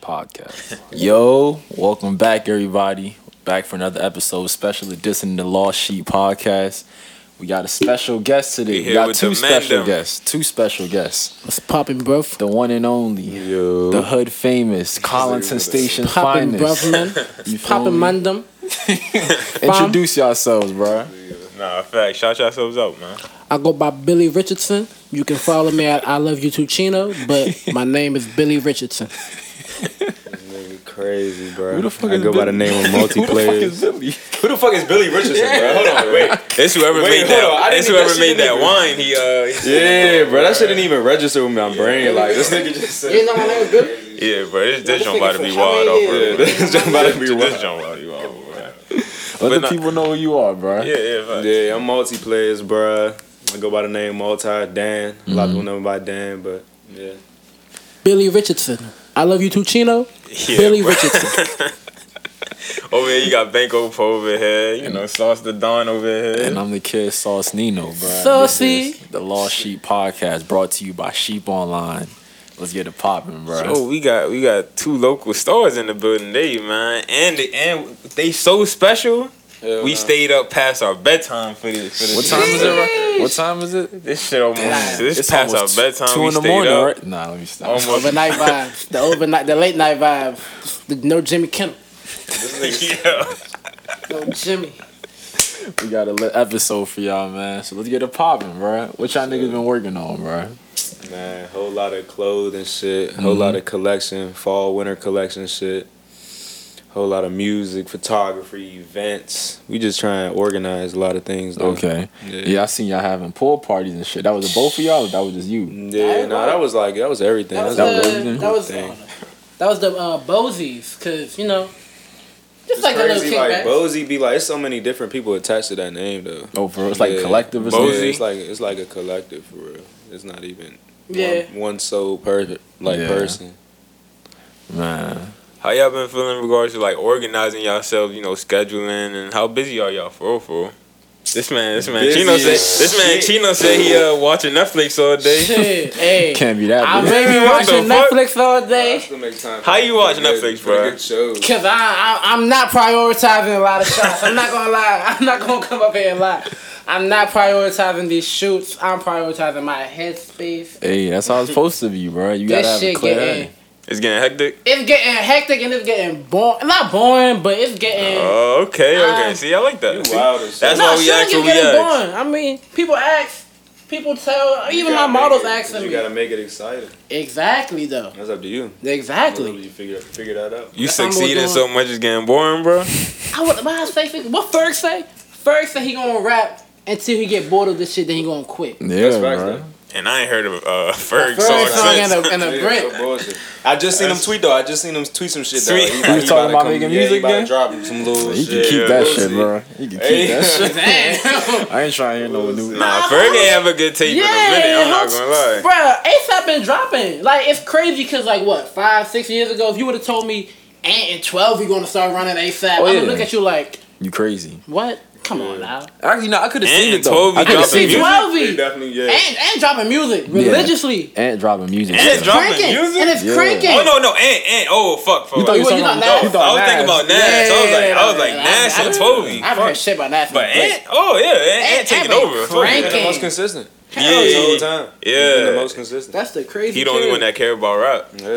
podcast. Yo, welcome back, everybody. Back for another episode, special edition of the Lost Sheep podcast. We got a special guest today. We We here got with two the man special them. guests. Two special guests. What's popping, bruv? The one and only, the hood famous, Collinson Station Popping, bruv, finest. man. You feel Popping, me? mandem. Introduce yourselves, bro. Nah, fact. Shout yourselves out, man. I go by Billy Richardson. You can follow me at I Love You Too Chino, but my name is Billy Richardson. Nigga crazy, bro. Who the fuck I is go by the Billy? name of Who the fuck is multiplayers. Billy? Who the fuck is Billy Richardson, bro? Hold on, wait. It's whoever made Wait, hold on, that. I didn't It's even- whoever that made shit that didn't wine. He uh, Yeah, bro, that shit didn't even register with my brain. Like this nigga just said, know my name is Billy? yeah, bro. This, this this joint about to nigga be from wild China, over. yeah, this just about to be This wild. joint about to be wild over. Let the not- people know who you are, bro. Yeah, yeah, fact. Yeah, I'm multiplayers, bro. I go by the name Multi Dan. A lot of Mm-hmm. people know me by Dan, but yeah. Billy Richardson. I Love You Too Chino, Yeah, Billy bro. Richardson. Over here, you got Banco Po over here. You know, Sauce the Don over here. And I'm the kid Sauce Nino, bro. Saucy. The Lost Sheep podcast brought to you by Sheep Online. Let's get it popping, bro. Oh, we got we got two local stars in the building today, man, and the, and they so special. we stayed up past our bedtime for this. For this What time is it? Right? What time is it? This shit almost this It's past our almost bedtime. Two we in the stayed morning, up. right? Nah, let me stop. Almost. overnight vibe. The overnight, the late night vibe. The, no Jimmy Kimmel. yeah. No Jimmy. We got a lit episode for y'all, man. So let's get it popping, bro. What y'all niggas been working on, bro? Man, whole lot of clothes and shit. Whole Mm-hmm. lot of collection, fall winter collection shit. Whole lot of music, photography, events. We just try and organize a lot of things. Though. Okay. Yeah. I seen y'all having pool parties and shit. That was the both of y'all. Or that was just you. Yeah, nah, that was like that was everything. That was, That that was was, everything? uh, that was, Dang. that was the uh, Bosies, because, you know, just like a little crazy, like kickback. Bozy be like, it's so many different people attached to that name though. Oh, bro. It's like Yeah. collective or Yeah, Bozy. something. it's like it's like a collective for real. It's not even Yeah. one, one sole per like Yeah. person. Man. How y'all been feeling in regards to like organizing yourself, you know, scheduling and how busy are y'all for real, for real? This man, this man, Busy Chino as said. This man, shit. Chino said he uh watching Netflix all day. Shit, hey. Can't be that. I big. may be What the watching fuck? Netflix all day How you watch Netflix, bro? Shows. because I, I I'm not prioritizing a lot of shots. I'm not gonna lie. I'm not gonna come up here and lie. I'm not prioritizing these shoots. I'm prioritizing my headspace. Hey, that's how it's supposed to be, bro. You gotta This have a shit clear getting head. It's getting hectic. it's getting hectic and it's getting boring. Not boring, but it's getting. Oh, okay, okay. Um, See, I like that. You See? wild as shit. That's no, why we shit ask ain't what we getting ask. boring. I mean, people ask, people tell, You even my gotta make models it- asking You me. gotta make it exciting. Exactly though. That's up to you. Whatever Exactly. you figure figure that out. You That's how I'm succeeding doing. so much it's getting boring, bro. I would. Why I say what Ferg say? Ferg say he gonna rap until he get bored of this shit, then he gonna quit. Yeah, That's facts, bro. though. And I ain't heard of uh Ferg Ferg song song and since. a, and a Yeah, Brent. no bullshit. I just seen him tweet though. I just seen him tweet some shit though. Tweet. He He about- was he talking about to making come- yeah, music He about again? to drop some little You shit. can keep Yeah, that we'll shit, see. bro. You can Hey. keep that shit. Damn. I ain't trying to hear no new. Nah, Ferg ain't have a good tape in a minute. I'm not gonna lie. Bruh, ASAP been dropping. Like, it's crazy because, like, what, five, six years ago, if you would have told me, Ant and 12, you're going to start running Oh, ASAP, I would yeah. look at you like, You crazy? what? Come on now. Actually, no. I could have And seen it though. Toby I coulda dropping seen music. See, 12 He and, definitely, yeah. and dropping music Yeah. religiously. And dropping music. And stuff. drop- Dropping Cranking. music? And it's Yeah. cranking. Oh no, no, and and oh fuck, fuck. You thought you You- was you talking about? thought Nas? you I thought was thinking Nas. about Nas. I was like, I was like Yeah, Nas I- and I- Toby. I've heard shit about that. But Ant, oh yeah, Ant, Ant, Ant taking been over. Fuck cranking. yeah. He's the most consistent. Yeah, This whole yeah, yeah. time. He's Yeah. been the most consistent. That's the crazy He the only one that care about rap. Yeah.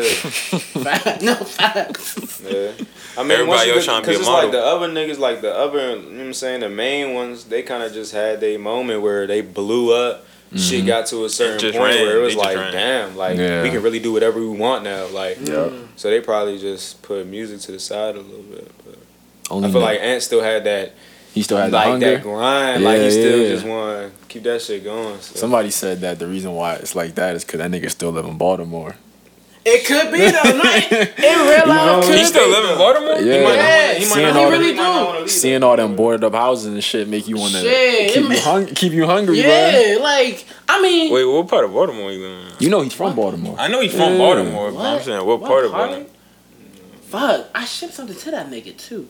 that. no, facts. Yeah. I mean, Everybody once you else get- tryna be a 'cause it's model. Like the other niggas, like the other, you know what I'm saying, the main ones, they kind of just had their moment where they blew up. Shit got to a certain Mm-hmm. just point ran. where it was They just like, ran. damn, like Yeah. we can really do whatever we want now. Like, so they probably just put music to the side a little bit. But Only I Mm-hmm. feel like Ant still had that, he still had the like hunger. that grind. like Yeah, he still yeah. just want to keep that shit going. So. Somebody said that the reason why it's like that is because that nigga still live in Baltimore. It could be, though. No, it, it real life could He still be. live in Yeah. Baltimore. He might not wanna- Yeah, he might seeing not all wanna- the- he might not wanna leave Seeing though. all them boarded up houses and shit make you want to Shit, keep it you ma- hung- keep you hungry, bro. Yeah, like, I mean. Wait, what part of Baltimore you live in? You know he's from Baltimore. I know he's from Yeah. Baltimore, but I'm What? saying what, part of Baltimore? Fuck, I shipped something to that nigga too.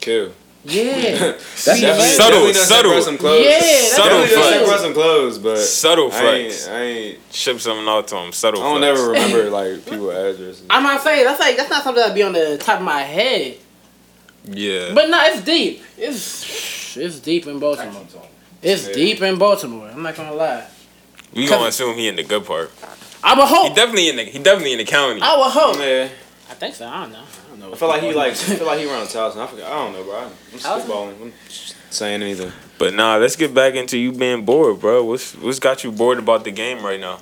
Kill. Yeah. That's Subtle, subtle. Some clothes. Yeah, that's Subtle Definitely does flex. impress some clothes, but Subtle I ain't- flex. I ain't. Ship something out to him. Subtle. I don't flex. ever remember like people addresses. I'm not saying that's like that's not something that'd be on the top of my head. Yeah. But no, it's deep. It's it's deep in Baltimore. It's deep in Baltimore. I'm not gonna lie. we gonna assume he in the good part. I'm a He hope. definitely in the. He definitely in the county. I would hope. Yeah, I think so. I don't know. I don't know. I feel like he like. I feel like he around Towson. I forgot. I don't know, bro. I'm spitballing. I'm just saying anything. But nah, let's get back into you being bored, bro. What's what's got you bored about the game right now?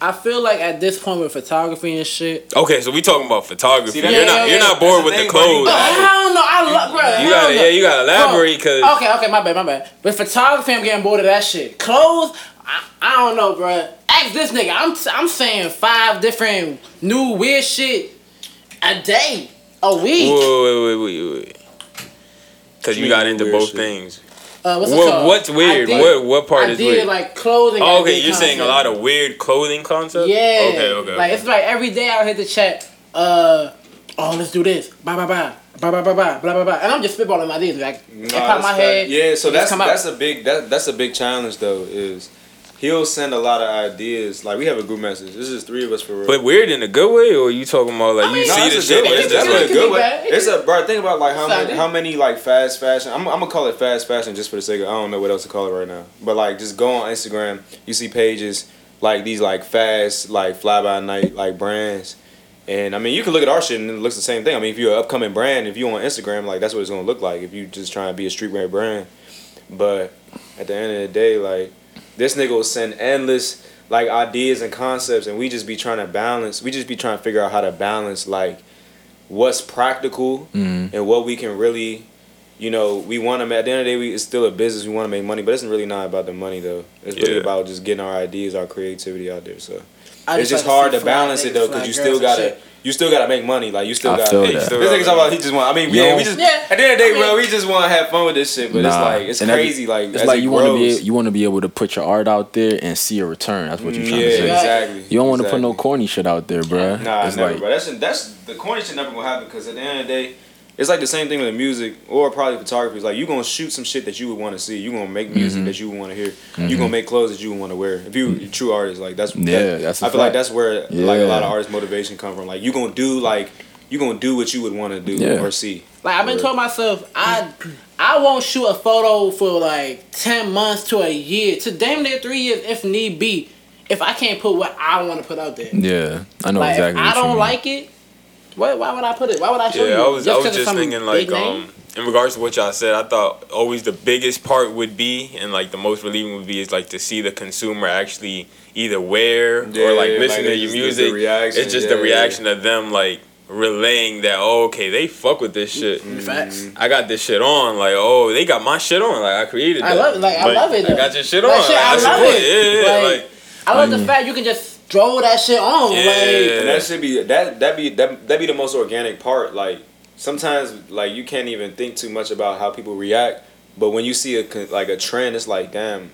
I feel like at this point with photography and shit. Okay, so we talking about photography. See, that- you're Yeah, not yeah, you're yeah. not bored with That's the the thing, clothes. bro. But Nah. Oh, I don't know. I love, bro. You gotta yeah, you gotta elaborate because Okay, okay, my bad, my bad. But photography, I'm getting bored of that shit. Clothes, I, I don't know, bro. Ask this nigga. I'm I'm saying five different new weird shit a day, a week. wait wait wait wait. Because you mean got into weird both shit? things. Uh, what's it What- called? what's weird? I did- What- what part I is did, weird? like clothing. Oh, I okay, did you're saying a concepts. lot of weird clothing concepts. Yeah. Okay okay. Like okay. it's like every day I hit the chat. Uh, oh, let's do this. Bye bye bye. Bye bye bye bye blah blah blah. And I'm just spitballing ideas. Like it Nah, pop my that's head. fact. Yeah, so it just that's come out. that's a big that that's a big challenge though. Is he'll send a lot of ideas. Like we have a group message. This is three of us for real. But weird in a good way, or you talking about like I mean, you No, see that's the a shit? good and one. you just It's definitely definitely a like, could good be one. bad. It It's a bro. Think about like how It's not many, good. how many like fast fashion. I'm, I'm gonna call it fast fashion just for the sake of I don't know what else to call it right now. But like just go on Instagram. You see pages like these like fast like fly by night like brands. And I mean, you can look at our shit and it looks the same thing. I mean, if you're an upcoming brand, if you on Instagram, like that's what it's gonna look like. If you just trying to be a streetwear brand, but at the end of the day, like this nigga will send endless like ideas and concepts, and we just be trying to balance. We just be trying to figure out how to balance like what's practical and what we can really, you know, we want to. At the end of the day, we it's still a business. We want to make money, but it's really not about the money though. It's really Yeah. about just getting our ideas, our creativity out there. So I it's just like hard see to fly balance it niggas, though, fly because you girls still and gotta shit. you still gotta make money. Like you still I gotta. feel Hey, that. This nigga's talking about he just want. I mean, yeah, we Yo. just. Yeah. At the end of the day, I mean- bro, we just want to have fun with this shit. But it's Nah. like it's And every- crazy. like it's as like it you want to grows. be you want to be able to put your art out there and see a return. That's what you're Mm, trying yeah, to say. exactly. You don't want to put no exactly. corny shit out there, bruh. Nah, it's never, like bro. That's that's the corny shit never gonna happen because at the end of the day, it's like the same thing with the music or probably photography. It's like you gonna shoot some shit that you would want to see. You gonna make Mm-hmm. music that you would want to hear. You gonna make clothes that you would want to wear. If you a true artist, like that's Yeah, that- that's a I feel like fact. that's where like a lot Yeah. of artists' motivation come from. Like you gonna do like you gonna do what you would want to do Yeah. or see. Like I've been Word. told myself, I I won't shoot a photo for like ten months to a year, to damn near three years if need be, if I can't put what I want to put out there. yeah, I know like exactly. if what I you don't mean. like it, why why would I put it? Why would I show Yeah, you? I was I 'cause was it's just some thinking like big name? um in regards to what y'all said, I thought always the biggest part would be and like the most relieving would be is like to see the consumer actually either wear Yeah, or like like, listen to it's your just the music. reaction, it's just yeah, the yeah, reaction of them like relaying that oh, okay they fuck with this shit. Mm, facts. I got this shit on like oh they got my shit on like I created. I that. love it, like, I love it, I though. got your shit on. Like, shit, I that's love your it. boy. Yeah, yeah, Like, like I love the fact you can just throw that shit on. mm. Yeah. Like And that should be that that be that that be the most organic part. Like sometimes like you can't even think too much about how people react, but when you see a con- like a trend, it's like damn.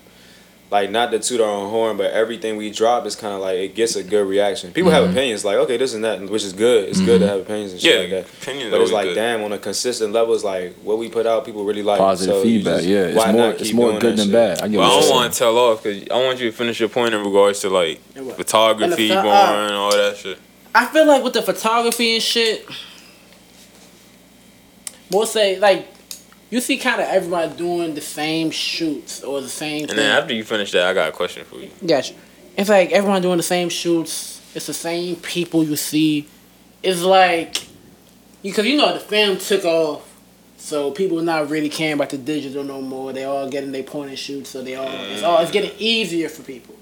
Like not to toot our own horn, but everything we drop is kind of like it gets a good reaction. People have Mm-hmm. opinions, like okay, this and that, which is good. It's good to have opinions and shit Yeah, like that. opinions but always it's like good. damn, on a consistent level, it's like what we put out, people really like. positive So you feedback. just- yeah, it's why more not it's keep more doing good that than shit? bad. I get Well, I what don't you're want to tell off because I want you to finish your point in regards to like And what? photography, And the porn, pho- and all that shit. I feel like with the photography and shit, we'll say like you see kind of everybody doing the same shoots or the same And thing. then after you finish that, I got a question for you. Gotcha. It's like everyone doing the same shoots. It's the same people you see. It's like, because you know the film took off, so people not really caring about the digital no more. They all getting their point and shoot, so they all it's all it's getting easier for people.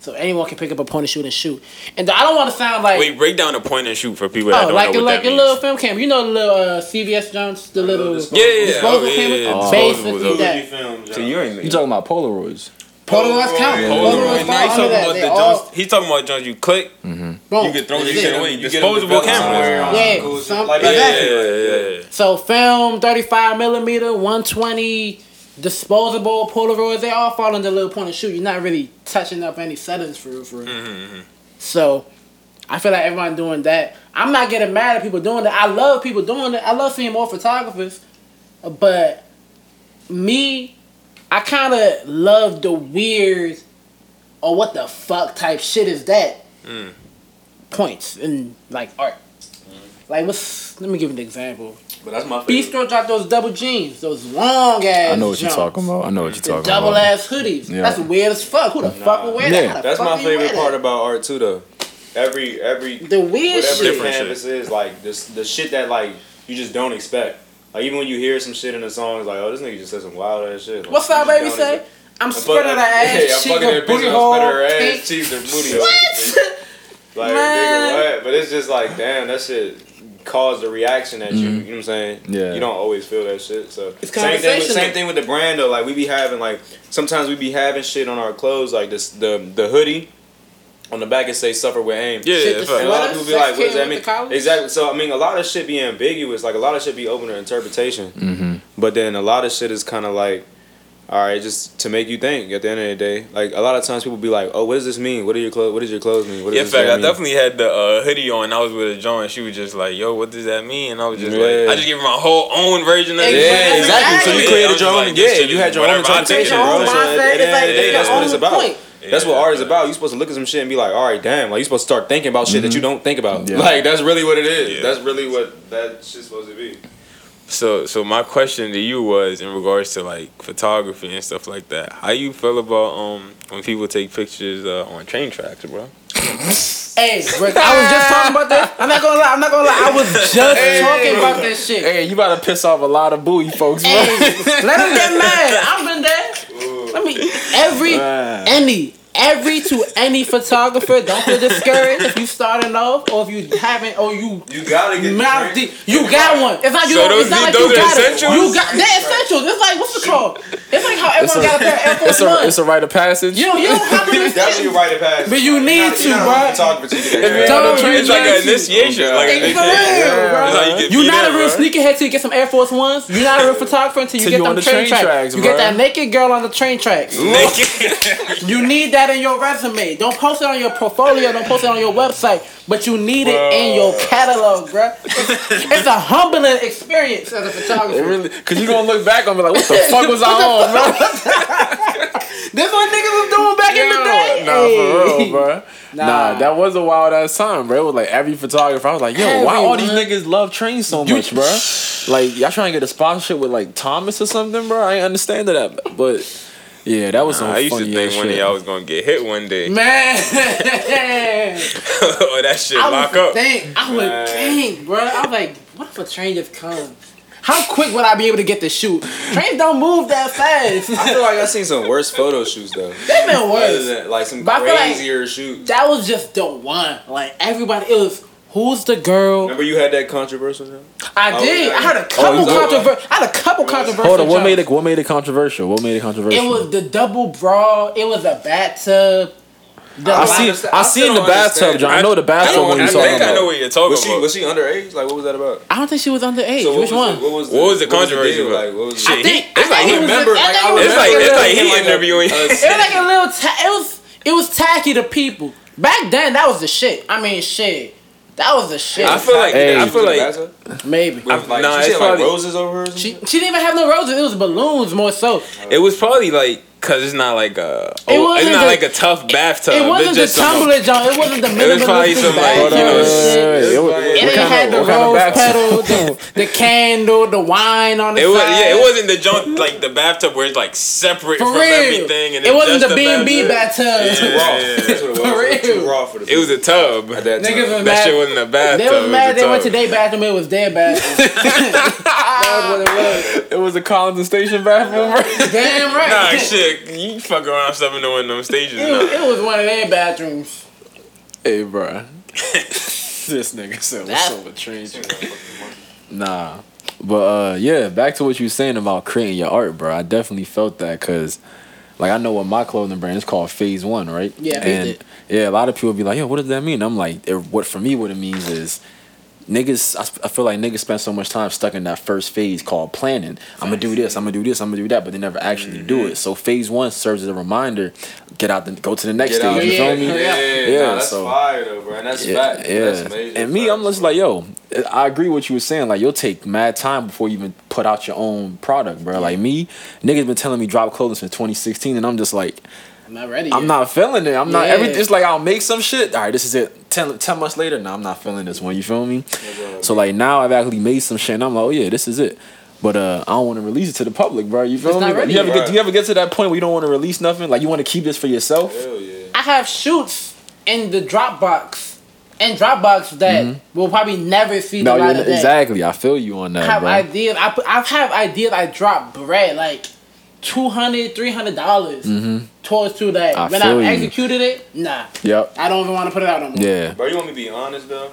So anyone can pick up a point and shoot and shoot. And I don't want to sound like Wait, break down the point and shoot for people that oh, don't like know the what like like the that little means. film camera. You know the little uh, CVS Jones, the little Yeah, yeah, yeah. disposable Oh, yeah, camera. yeah, yeah. Oh. Disposables, Basically okay. that. So you ain't You talking about Polaroids? Polaroids count. Yeah. Polaroid. Polaroids Now he's talking count. Under about that. the They all- Jones. He's talking about Jones. You click, boom. you can throw That's this it. shit away. You get them Disposable developed somewhere cameras. on Yeah, Google, some- like Yeah, that. yeah, Exactly. yeah, yeah. So film, thirty-five millimeter, one twenty, disposable Polaroids. They all fall under little point and shoot. You're not really touching up any settings for real, for Mm. real. Mm-hmm, So I feel like everyone doing that. I'm not getting mad at people doing that. I love people doing that. I love seeing more photographers But me, I kind of love the weird or what the fuck type shit is that Mm. points in like art. Like what's let me give an example. But that's my Bistro dropped those double jeans, those long ass. I know what you're jumps, talking about. I know what you're The talking double about. ass hoodies. Yeah. That's weird as fuck. Who the fuck would wear that? Yeah. How the That's fuck my do you wear favorite that? part about art too, though. Every every The weird whatever shit. the Different canvas is, like this the shit that like you just don't expect. Like even when you hear some shit in a song, it's like, oh, this nigga just said some wild ass shit. Like, What's you up, just baby? don't Say, expect- I'm spreading her ass Hey, I'm cheek, fucking her that bitch. booty I'm hole. spreading her pink. ass cheeks and booty. hole. What? Like Man. nigga, what? But it's just like, damn, that shit caused a reaction at Mm-hmm. you. You know what I'm saying? Yeah. You don't always feel that shit. So It's same thing. With, conversational. same thing with the brand though. Like we be having like sometimes we be having shit on our clothes like this the the hoodie on the back it say suffer with aim. Yeah, Shit, the fuck. And a lot of sweater, people be like, sex what does kid that with mean? the collars? Exactly. So I mean, a lot of shit be ambiguous. Like a lot of shit be open to interpretation. Mm. But then a lot of shit is kind of like, all right, just to make you think. At the end of the day, like a lot of times people be like, oh, what does this mean? What are your clothes? What does your clothes mean? What Yeah, in does this fact, I mean? definitely had the uh, hoodie on. I was with a joint. She was just like, "Yo, what does that mean?" And I was just like, Yeah. "I just gave her my whole own version of it." Yeah, exactly. So you Yeah, I created was your own. like, this yeah, shit you is had your own whatever I take interpretation, it. bro. Your So own mindset, at the end of it's like the day, your that's what it's own about. point. That's what Yeah. art is about. You're supposed to look at some shit and be like, all right, damn. Like, you're supposed to start thinking about shit that Mm-hmm. you don't think about. Yeah. Like, that's really what it is. Yeah. That's really what that shit's supposed to be. So, so my question to you was in regards to like photography and stuff like that. How you feel about um when people take pictures uh, on train tracks, bro? Hey, Rick, I was just talking about that. I'm not gonna lie. I'm not gonna lie. I was just talking about that shit. Hey, you about to piss off a lot of booty folks, bro. Hey, let them get mad. I've been there. I mean, every, Wow. any, every to any photographer. Don't feel discouraged if you starting off or if you haven't or you. You gotta get Mouth deep. You got one. It's like you So don't. those- It's not like those you are got essentials? it. You got. They're essentials. It's like what's it called? It's like how It's everyone got a pair of Air a, Force it's, a, Ones. it's a rite of passage. You don't. You don't have to. That's your right of passage. But you Like, need you're not- to, you're not bro. a photographer to get you that. don't- right. it's like an Train tracks. initiation. Oh, God. Like, Hey, they- for real, That's bro. how you get You're beat not up, a real bro. sneakerhead till you get some Air Force Ones. You're not a real photographer until you Till get you on them the train, train tracks. tracks, you get bro. that naked girl on the train tracks. Naked. You need that in your resume. Don't post it on your portfolio. Don't post it on your website. But you need it in your catalog, bruh. It's, it's a humbling experience as a It photographer. really, cause you gonna look back and be like, what the fuck was I What the on, bro? This what niggas was doing back in the day. Nah, for real, bro. Nah. that was a wild ass time, bro. It was like every photographer. I was like, yo, why all these Everyone. niggas love trains so much, bro? Like, y'all trying to get a sponsorship with like Thomas or something, bro? I ain't understand that, but yeah, that was some I used to funny think ass one day shit. I was gonna get hit one day, or Man, that shit I lock was up. think I was Man. dang, bro. I was like, what if a train just comes? How quick would I be able to get to shoot? Trains don't move that fast. I feel like I've seen some worse photo shoots though. They've been Other worse. than, like some But I feel like- crazier shoots. That was just the one. Like everybody, it was who's the girl? Remember you had that controversial? Though? I Oh, did. okay. I had a Oh, couple you got one. controversial. I had a couple controversial. Hold on, what jokes. made it? What made it controversial? What made it It controversial? was the double brawl. It was a bathtub. The I I see. understand- I I still seen the don't bathtub, understand. John. I know the I, bathtub one don't, you I talking think I know about. what you're talking Was she about. was she underage? Like what was that about? I don't think she was underage. what Which was one? The, what was What was the controversy deal? about? Like, what was I Shit, think. he- it's I like think he it was remember, I like, think I it was it's like a- it's like Yeah, he like a- interviewing. a It was like a little. Ta- it was. It was tacky to people back then. That was the shit. I mean, shit. That was the shit. I feel like Hey. I feel like Maybe. I've- like, nah, she it's had, like probably- roses over her. or something? she, she didn't even have no roses. It was balloons more so. It was probably like because it's not like a oh, it's wasn't not the- like a tough bathtub. It it's wasn't the Uh, just some, tumbler, John. It wasn't the minimalistic. probably some, like, bag, you Hold know, on, John. wait, wait, wait, wait. It It was- was- what And then kind it had of- the what kind of rose bathtub? petal, the, the candle, the wine on the It was side. yeah. It wasn't the junk like the bathtub where it's like separate for from real. everything. And it it's wasn't just the B and B bathtub. Too raw. That's what For it was. It was too real. raw for the It was a tub. at that time. Niggas was that mad. shit wasn't a bathtub. They was mad. It They went was to a tub. their bathroom. It was their bathroom. that was what it It was a Collins and Station bathroom, bro. was. Damn right. Nah, shit. You fuck around stepping on one of them stages. It now. was, it was one of their bathrooms. Hey, bro. this nigga said what's That's- up with trains. Nah. But uh yeah, back to what you were saying about creating your art, bro. I definitely felt that cuz like I know what my clothing brand is called Phase 1, right? Yeah, Phase And It. yeah, a lot of people be like, "Yo, what does that mean?" I'm like, it, what for me what it means is niggas, I, sp- I feel like niggas spend so much time stuck in that first phase called planning. I'm gonna do this, I'm gonna do this, I'm gonna do that, but they never actually do Mm-hmm. it. So phase one serves as a reminder: get out, the, go to the next Get out. stage. You Yeah, feel Yeah, me? yeah, nah, that's so- fire though, bro. And that's yeah, fact. yeah. That's major and me, fact, I'm just bro. like, yo, I agree with what you were saying. Like, you'll take mad time before you even put out your own product, bro. Like me, niggas been telling me drop clothing since 2016, and I'm just like, I'm not ready. I'm yet. not feeling it. I'm not. Yeah. Every, it's like I'll make some shit. All right, this is it. 10, 10 months later, no, I'm not feeling this one. You feel me? Yeah, So like now I've actually made some shit, and I'm like, oh yeah, this is it. But uh, I don't want to release it to the public, bro. You feel It's me? not ready you ever yet. get, do you ever get to that point where you don't want to release nothing? Like you want to keep this for yourself? Hell yeah. I have shoots in the Dropbox, in Dropbox that will probably never see No, the you're, light of day. exactly. I feel you on I that, have bro. ideas. I put, I have ideas. I drop bread like. Two hundred, three hundred dollars towards to that. Mm-hmm. I when feel I you. executed it, nah, Yep. I don't even want to put it out no more. Yeah. Bro, you want me to be honest though?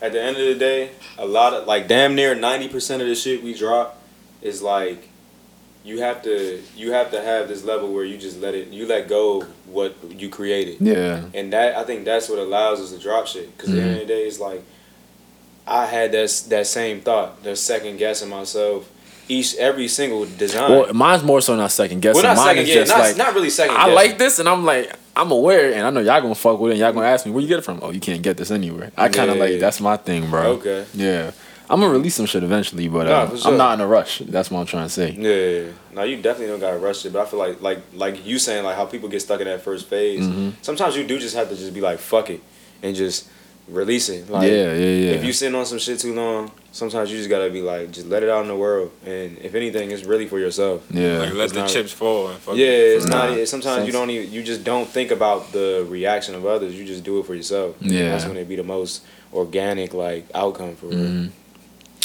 At the end of the day, a lot of like damn near ninety percent of the shit we drop is like you have to you have to have this level where you just let it you let go of what you created. Yeah. And that I think that's what allows us to drop shit. because at the end Mm-hmm. of the day, it's like I had that s- that same thought, that second guessing myself. Each every single design. Well, mine's more so not second guessing. well, not Mine second is guessing, just not, like not really second. I guessing. like this, and I'm like I'm aware, and I know y'all gonna fuck with it, and y'all gonna ask me where you get it from. Oh, you can't get this anywhere. I kind of Yeah. like that's my thing, bro. Okay. Yeah. I'm gonna release some shit eventually, but Nah, uh, for sure. I'm not in a rush. That's what I'm trying to say. Yeah, yeah, yeah. no, you definitely don't gotta rush it. But I feel like, like, like you saying, like how people get stuck in that first phase. Mm-hmm. Sometimes you do just have to just be like, fuck it, and just release it. Like, yeah, yeah, yeah. If you sitting on some shit too long, sometimes you just gotta be like, just let it out in the world. And if anything, it's really for yourself. yeah. Like, let It's the not- chips fall. And fuck Yeah, it. it's Nah. not. It's, sometimes you don't even. You just don't think about the reaction of others. You just do it for yourself. And Yeah. that's when it be the most organic like outcome for real. Mhm.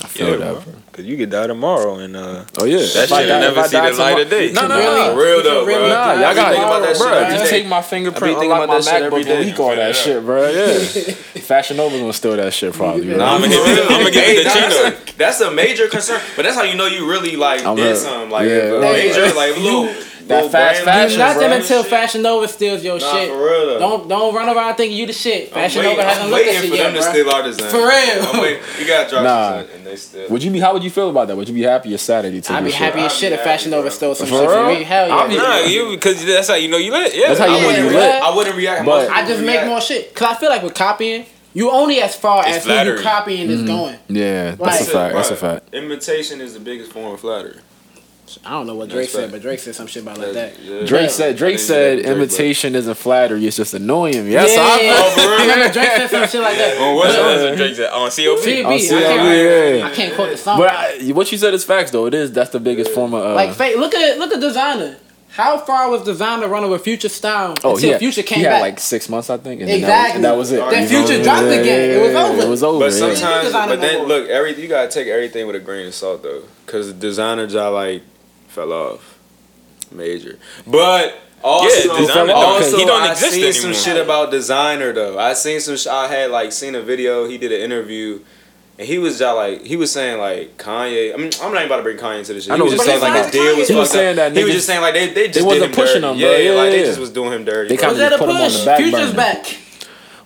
I feel Yeah, that. bro. Bro. Cause you could die tomorrow and uh. Oh yeah. That If I shit'll die- never if I see die the light of tomorrow- day. No, no, no. Really? For real You can though, bro. really Nah, die y'all got Think about that shit bro. every Just day. take my fingerprint, I be thinking unlock my about that shit every MacBook, day. and leak all that shit, bro. Yeah, Fashion Nova gonna steal that shit probably. bro. Nah, I'ma I'm get- I'ma get the Chino. that's, a, that's a major concern, but that's how you know you really like I'm did a- something like yeah. a Like, major like little little fast brand fashion, Do nothing bro. until Fashion Nova steals your Nah, shit. for real though. Don't don't run around thinking you the shit. I'm Fashion waiting- Nova hasn't I'm looked waiting at for shit them yet, to bro. steal our design. For real. I'm waiting. You gotta drop Nah. some shit and they steal. Would you be? How would you feel about that? Would you be happy or sad that he took I'd be your shit? happy as I'd shit be if Fashion happy, Nova bro. stole some For shit from real? me. Hell I'll be- yeah. Nah, you because that's how you know you lit. Yeah, That's how you I know wouldn't you do lit. that. I wouldn't react. But- I I just make more shit. Cause I feel like with copying, you only as far It's as who you flattery. copying Mm-hmm. is going. Yeah, Like- that's a fact. That's a fact. Imitation is the biggest form of flattery. I don't know what That's Drake said, right. but Drake said some shit about like that. That's- yeah. Drake Yeah. said. Drake I didn't said get Drake, but- imitation isn't flattery. It's just annoying. Yes, yeah, I. Oh, yeah, Oh, for real? yeah. Remember Drake said some shit like that. On what else is Drake said? On CB, COP. I I, Oh, see, can't, yeah. I can't quote the song. But I, what you said is facts, though. It is. That's the biggest form of. Uh, like, fake, look at look at designer. How far was designer running with Future Style oh, until yeah. Future came he had back? like six months, I think. And Then Exactly. that, was, and that was it. That You know? Future dropped Yeah, again. It was yeah, over. It was over. But yeah. sometimes, Designer but no then more. look, every you gotta take everything with a grain of salt though, because designer job like fell off, major. But also, designer don't- also he don't I exist seen some anymore. shit about designer though. I seen some. Sh- I had like seen a video. He did an interview. And he was just like he was saying like Kanye. I mean, I'm not even about to bring Kanye into this shit. I He know was just what saying you're like his saying. deal was He was fucked up. saying that He was niggas- just saying like they they just they wasn't did him dirty. pushing him, bro. Yeah, like they Yeah, just yeah. was doing him dirty. They bro. kinda was that a Put 'em on the push? back Future's burner. back.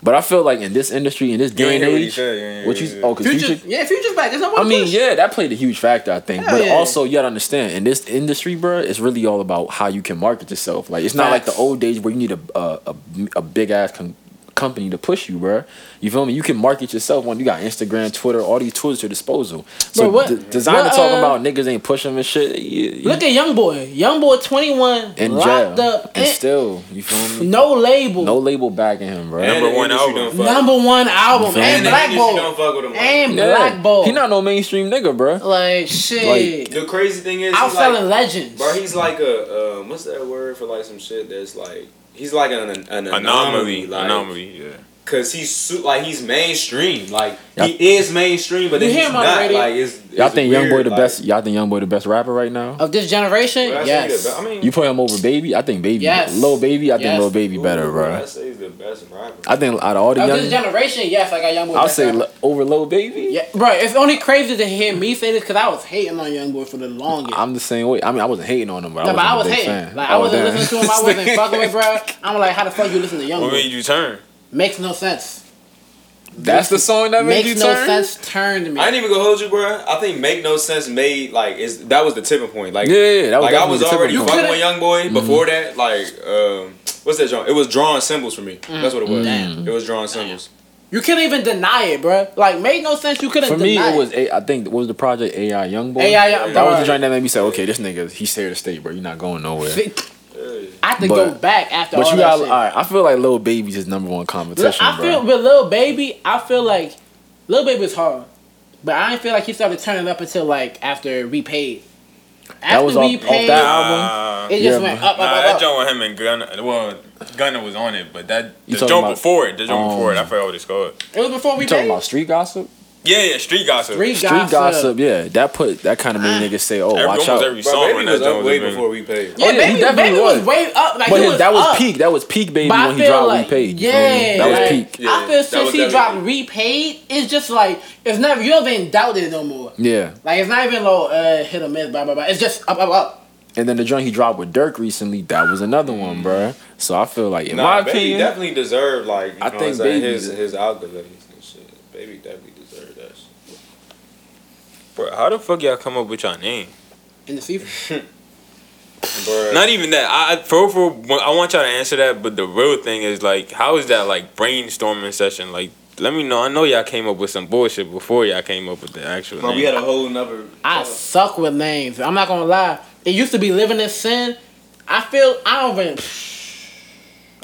But I feel like in this industry, in this You day and ain't hear what he age, said, you ain't hear what what he you said. oh, cause Future, Future, yeah, Future's back. There's no more I mean, push. yeah, that played a huge factor, I think. Hell but yeah. also, you gotta understand, in this industry, bruh, it's really all about how you can market yourself. Like, it's not like the Facts. old days where you need a a, a, a big ass com- company to push you, bruh. You feel me? You can market yourself when you got Instagram, Twitter, all these tools at your disposal. So, Bruh, what- d- designer what, talking uh, about niggas ain't pushing and shit. You, you Look at Young Boy. Young Boy 21 in locked jail up and and- still, you feel me? no label. No label backing him, bruh. And Number the one industry album. don't fuck- Number one album You and and the Black industry Ball don't fuck with him. like and Yeah. Black Ball. He not no mainstream nigga, bruh. like shit. The crazy thing is, he's like- outselling legends. Bro, he's like a um, what's that word for like some shit that's like he's like an, an, an anomaly, Anomaly. like, Anomaly. Yeah. cause he's su- like he's mainstream, like he is mainstream, but You then hear he's him on not. the radio? Like, it's, it's Y'all think weird, YoungBoy the like, best? Y'all think YoungBoy the best rapper right now? of this generation, bro, I say he's yes. the be- I mean, You put him over Baby. I think Baby. Yes. Lil Baby. I think Yes. Lil Baby better, ooh, bro. I say he's the best rapper. I think out of all the Of this young, generation, yes, I got Young Boy. I'll back say up. li- over Lil Baby. yeah, bro. It's only crazy to hear me say this because I was hating on Young Boy for the longest. I'm the same way. I mean, I wasn't hating on him, but no, I but wasn't I a was big hating. fan. Like I Oh, wasn't damn. listening to him. I wasn't fucking with, bro. I'm like, how the fuck you listen to Young What Boy? made you turn? Makes no sense. That's the song that made Makes you no turn. sense. Turn to me. I ain't even gonna hold you, bro. I think make no sense made like is that was the tipping point. Like Yeah, yeah, that was like I was definitely the tipping already point. fucking You with young boy before that. Like um, what's that drawing? It was drawing symbols for me. That's what it was. Mm. Damn. It was drawing symbols. you couldn't even deny it, bro. Like made no sense. You couldn't. For me, deny it was A- I think what was the project AI Youngboy. AI Youngboy. That was the joint that made me say, okay, this nigga, he's here to stay, bro. You're not going nowhere. I had to But- go back after But all you that got, all shit. right, I feel like Lil Baby's his number one Look, competition, I bro. feel with Lil Baby, I feel like Lil Baby is hard, but I didn't feel like he started turning up until like after Repaid. After that was off, off Repaid, that album. Nah, it just Yeah, went bro. up, up, nah, up, that up. joint with him and Gunna. Well, Gunna was on it, but that You the talking joint about- before it, the joint before it, I um, forgot what it's called. It was before You talking Repaid. about street gossip? Yeah, yeah, street gossip. Street Street gossip. Ah. gossip, yeah. That put that kind of made niggas say, oh, Every- watch almost out. every Bro, song on Baby that was joint up was way amazing. before we paid. Yeah, Oh, yeah, baby, he definitely baby was. was. way up. Like but he his- was that was up. peak. That was peak, baby. But I When he feel dropped like- repaid, you yeah, feel me? that was like, peak. Yeah, I that feel since was he definitely dropped peak. Repaid, it's just like it's never you don't even doubt it no more. Yeah, Like it's not even low uh, hit or miss, blah blah blah. It's just up, up, up. and then the joint he dropped with Dirk recently, that was another one, bro. So I feel like, in Nah, my Baby opinion, definitely deserved like you I know what think I'm saying, Baby his did. his accolades and shit. Baby definitely deserved that. shit. Bro, how the fuck y'all come up with y'all name? In the season, Bro, Not even that. I I- for, for I want y'all to answer that, but the real thing is like, how is that like brainstorming session? Like, let me know. I know y'all came up with some bullshit before y'all came up with the actual. bro, name. we had a whole nother. I suck with names. I'm not gonna lie. It used to be living in sin. I feel I don't even.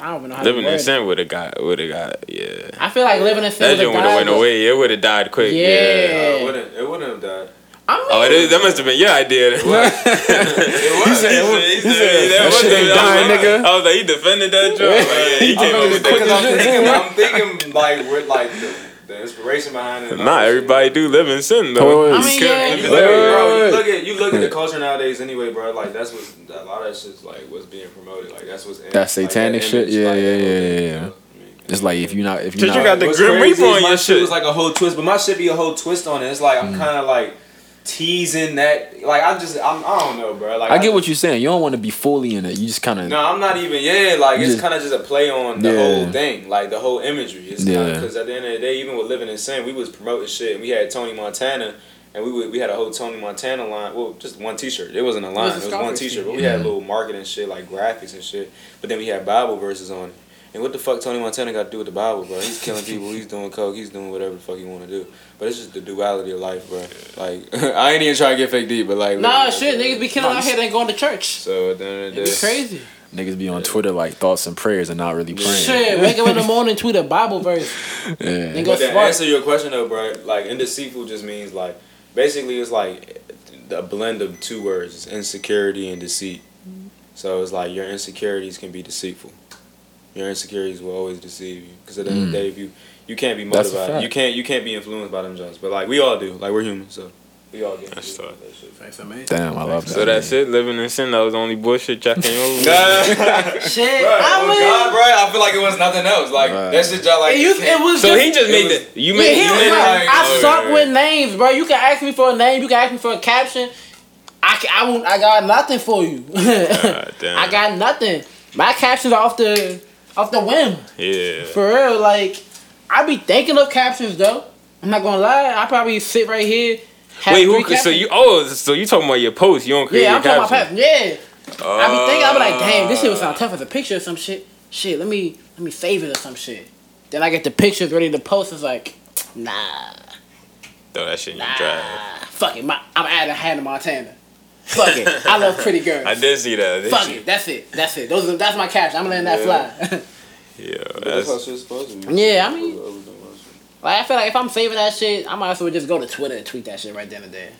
I don't even know how Living to word in it. sin would have got would have got yeah. I feel like living in sin. That with a joint would have guy went was- away. It would have died quick. Yeah. Uh, Yeah. it wouldn't it wouldn't have died. I mean, Oh, that, that must have been your idea. That was It was. said it would- He he said- said- that That was- shit ain't I was dying, like- I was like, he defended that joint. Like, he came up with Because that. I'm thinking, I'm thinking like with like the, the inspiration behind it. Not everybody do live in sin I though. You mean, couldn't- yeah. You you look, at, couldn't- bro, you look at you look at the culture nowadays anyway, bro. Like that's what a lot of shit's like what's being promoted. Like that's what's in, That satanic like, shit? image, Yeah, yeah, that whole yeah, thing, yeah, you yeah. know? I mean, it's like if you not if you Did not, you got the what's Grim crazy Reaper is on my your shit. was like a whole twist, but my shit be a whole twist on it. It's like Mm. I'm kind of like teasing that. Like I just I'm, I don't know, bro. Like I get what you're saying. You don't want to be fully in it. You just kind of No, I'm not even. Yeah, like You it's just- kind of just a play on the Yeah. whole thing, like the whole imagery. It's yeah. Yeah. Because at the end of the day, even with living in sin, we was promoting shit. We had Tony Montana, and we would, we had a whole Tony Montana line. Well, just one T-shirt. It wasn't a line. It was, a one scarf, T-shirt. yeah. But we had little marketing shit, like graphics and shit. But then we had Bible verses on it. And what the fuck Tony Montana got to do with the Bible, bro? He's killing people. He's doing coke. He's doing whatever the fuck he want to do. But it's just the duality of life, bro. Like I ain't even trying to get fake deep, but like Nah, literally, shit, bro. niggas be killing out here. They going to church. So at the end of the day, It's crazy. niggas be on Twitter like thoughts and prayers and not really praying. Shit, wake up in the morning, tweet a Bible verse. Yeah. Nigga, But to Smart. answer your question though, bro, like indecisible just means like basically it's like a blend of two words: it's insecurity and deceit. So it's like your insecurities can be deceitful. Your insecurities will always deceive you because at the end of Mm. the day, if you you can't be That's a motivated, you fact. can't you can't be influenced by them jobs. But like we all do, like we're human, so we all get. That's influenced by Damn, I love that. So that's it. Living in sin. That was the only bullshit y'all came up with. that shit. Shit, Bro, I oh mean, God, bro! I feel like it was nothing else. Like Right. that shit, y'all like. it, used, it was So just. he just made was- that. You yeah, made. he you was made like, like- I oh, suck yeah. with names, bro. You can ask me for a name. You can ask me for a caption. I, ca- I, won't, I got nothing for you. God damn. I got nothing. My captions are off the off the whim. Yeah. For real, like I be thinking of captions though. I'm not gonna lie. I probably sit right here. have Wait, three who? So captions. you? Oh, so you talking about your post? You don't create Yeah, yeah, I'm your talking about caption. Oh. captions. Yeah. I be thinking, I be like, damn, this shit was sound tough as a picture or some shit. Shit, let me let me save it or some shit. Then I get the pictures ready to post. It's like, nah, Throw that shit in your drive. nah, fuck it. My, I'm adding Hannah Montana. Fuck it. I love pretty girls. I did see that. I did Fuck see- it. That's it. That's it. Those are, that's my caption. I'm letting that fly. Yeah, That's how that's, shit's supposed to be. yeah, I mean, like I feel like if I'm saving that shit, I might as well just go to Twitter and tweet that shit right then and there.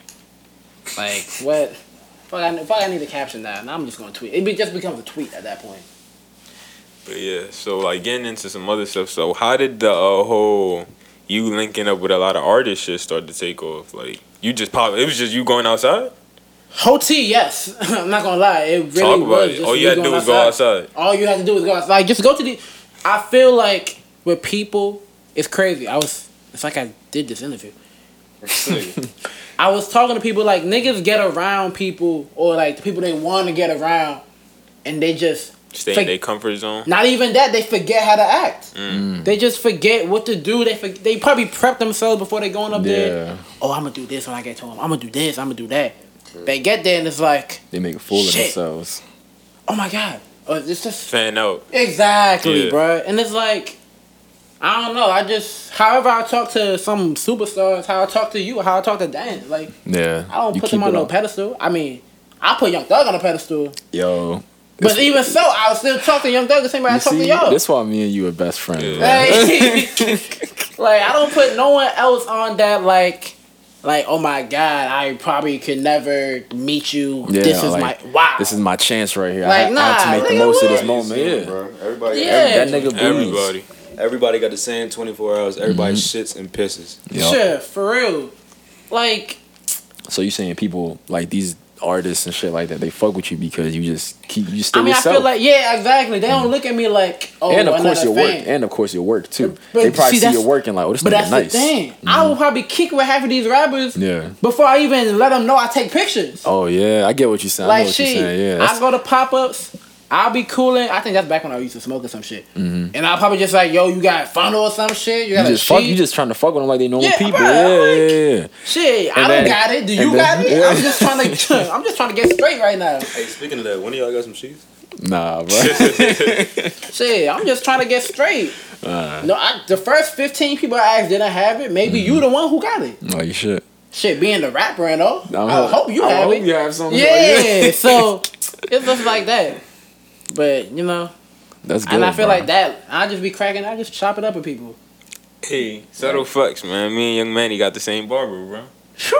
Like what? Fuck, I, fuck, I need a caption now. Now I'm just gonna tweet. It be, just becomes a tweet at that point. but yeah. So like getting into some other stuff. So how did the uh, whole you linking up with a lot of artists shit start to take off? Like you just pop. It was just you going outside. Whole tea, yes. I'm not gonna lie. It really Talk about was. it. just All me you had to going do was go outside. All you had to do was go outside. Like, just go to the. I feel like with people, it's crazy. I was. It's like I did this interview. I was talking to people like niggas get around people or like the people they want to get around, and they just Stay Like- in their comfort zone. Not even that, they forget how to act. Mm. They just forget what to do. They forg they probably prep themselves before they going up Yeah. there. Oh, I'm gonna do this when I get to home. I'm gonna do this. I'm gonna do that. They get there and it's like, They make a fool of Shit. themselves. oh my god, oh, it's just Fan out. exactly, Yeah. bruh. And it's like, I don't know. I just, however I talk to some superstars, how I talk to you, how I talk to Dan, like Yeah. I don't You put them keep on it no up. pedestal. I mean, I put Young Thug on a pedestal, Yo. but even so, I would still talk to Young Thug the same way I You talk to see, y'all. that's why me and you are best friends. bro. Yeah. Like, like I don't put no one else on that. Like, like oh my god, I probably could never meet you. Yeah, this is like, my wow. This is my chance right here. I ha- Like, I, have nah, to make nigga, the most of this what? moment. Yeah. bro. Everybody, Yeah. That nigga booze. Everybody. everybody got the same 24 hours. Everybody shits and pisses. Yup. sure for real. Like, So you saying people like these artists and shit like that, they fuck with you because you just keep you stay I mean, yourself. I feel like yeah, exactly. They don't look at me like oh, and of course another your fan. work. And of course your work too. But they probably see, see, that's- your work and like, oh, this But nigga that's nice. Mm-hmm. the thing. I will probably kick with half of these rappers Yeah. before I even let them know I take pictures. Oh yeah, I get what you're saying. I know like what shit, you're saying. Yeah. I that's- go to pop ups. I'll be cooling. I think that's back when I used to smoke or some shit. And I'll probably just like, yo, you got funnel or some shit. You Mm-hmm. got you a just fuck, sheet? you just trying to fuck with them like they normal Yeah, people. bruh, yeah, like- yeah, yeah. shit. I don't then- got it. Do and you then- got it? yeah. I'm just trying to. I'm just trying to get straight right now. Hey, speaking of that, one of y'all got some sheets? Nah, bro. Shit, I'm just trying to get straight. Uh. no, I, the first 15 people I asked didn't have it. Maybe Mm-hmm. you the one who got it. no, you should. Shit, being the rapper and all. I'm I ho- hope you I have hope it. you have something. yeah. so it's just like that. But you know, That's good. and I feel bruh. like that. I just be cracking. I just chop it up with people. Hey, subtle flex, man. Me and Young Manny got the same barber, bro. Shoo!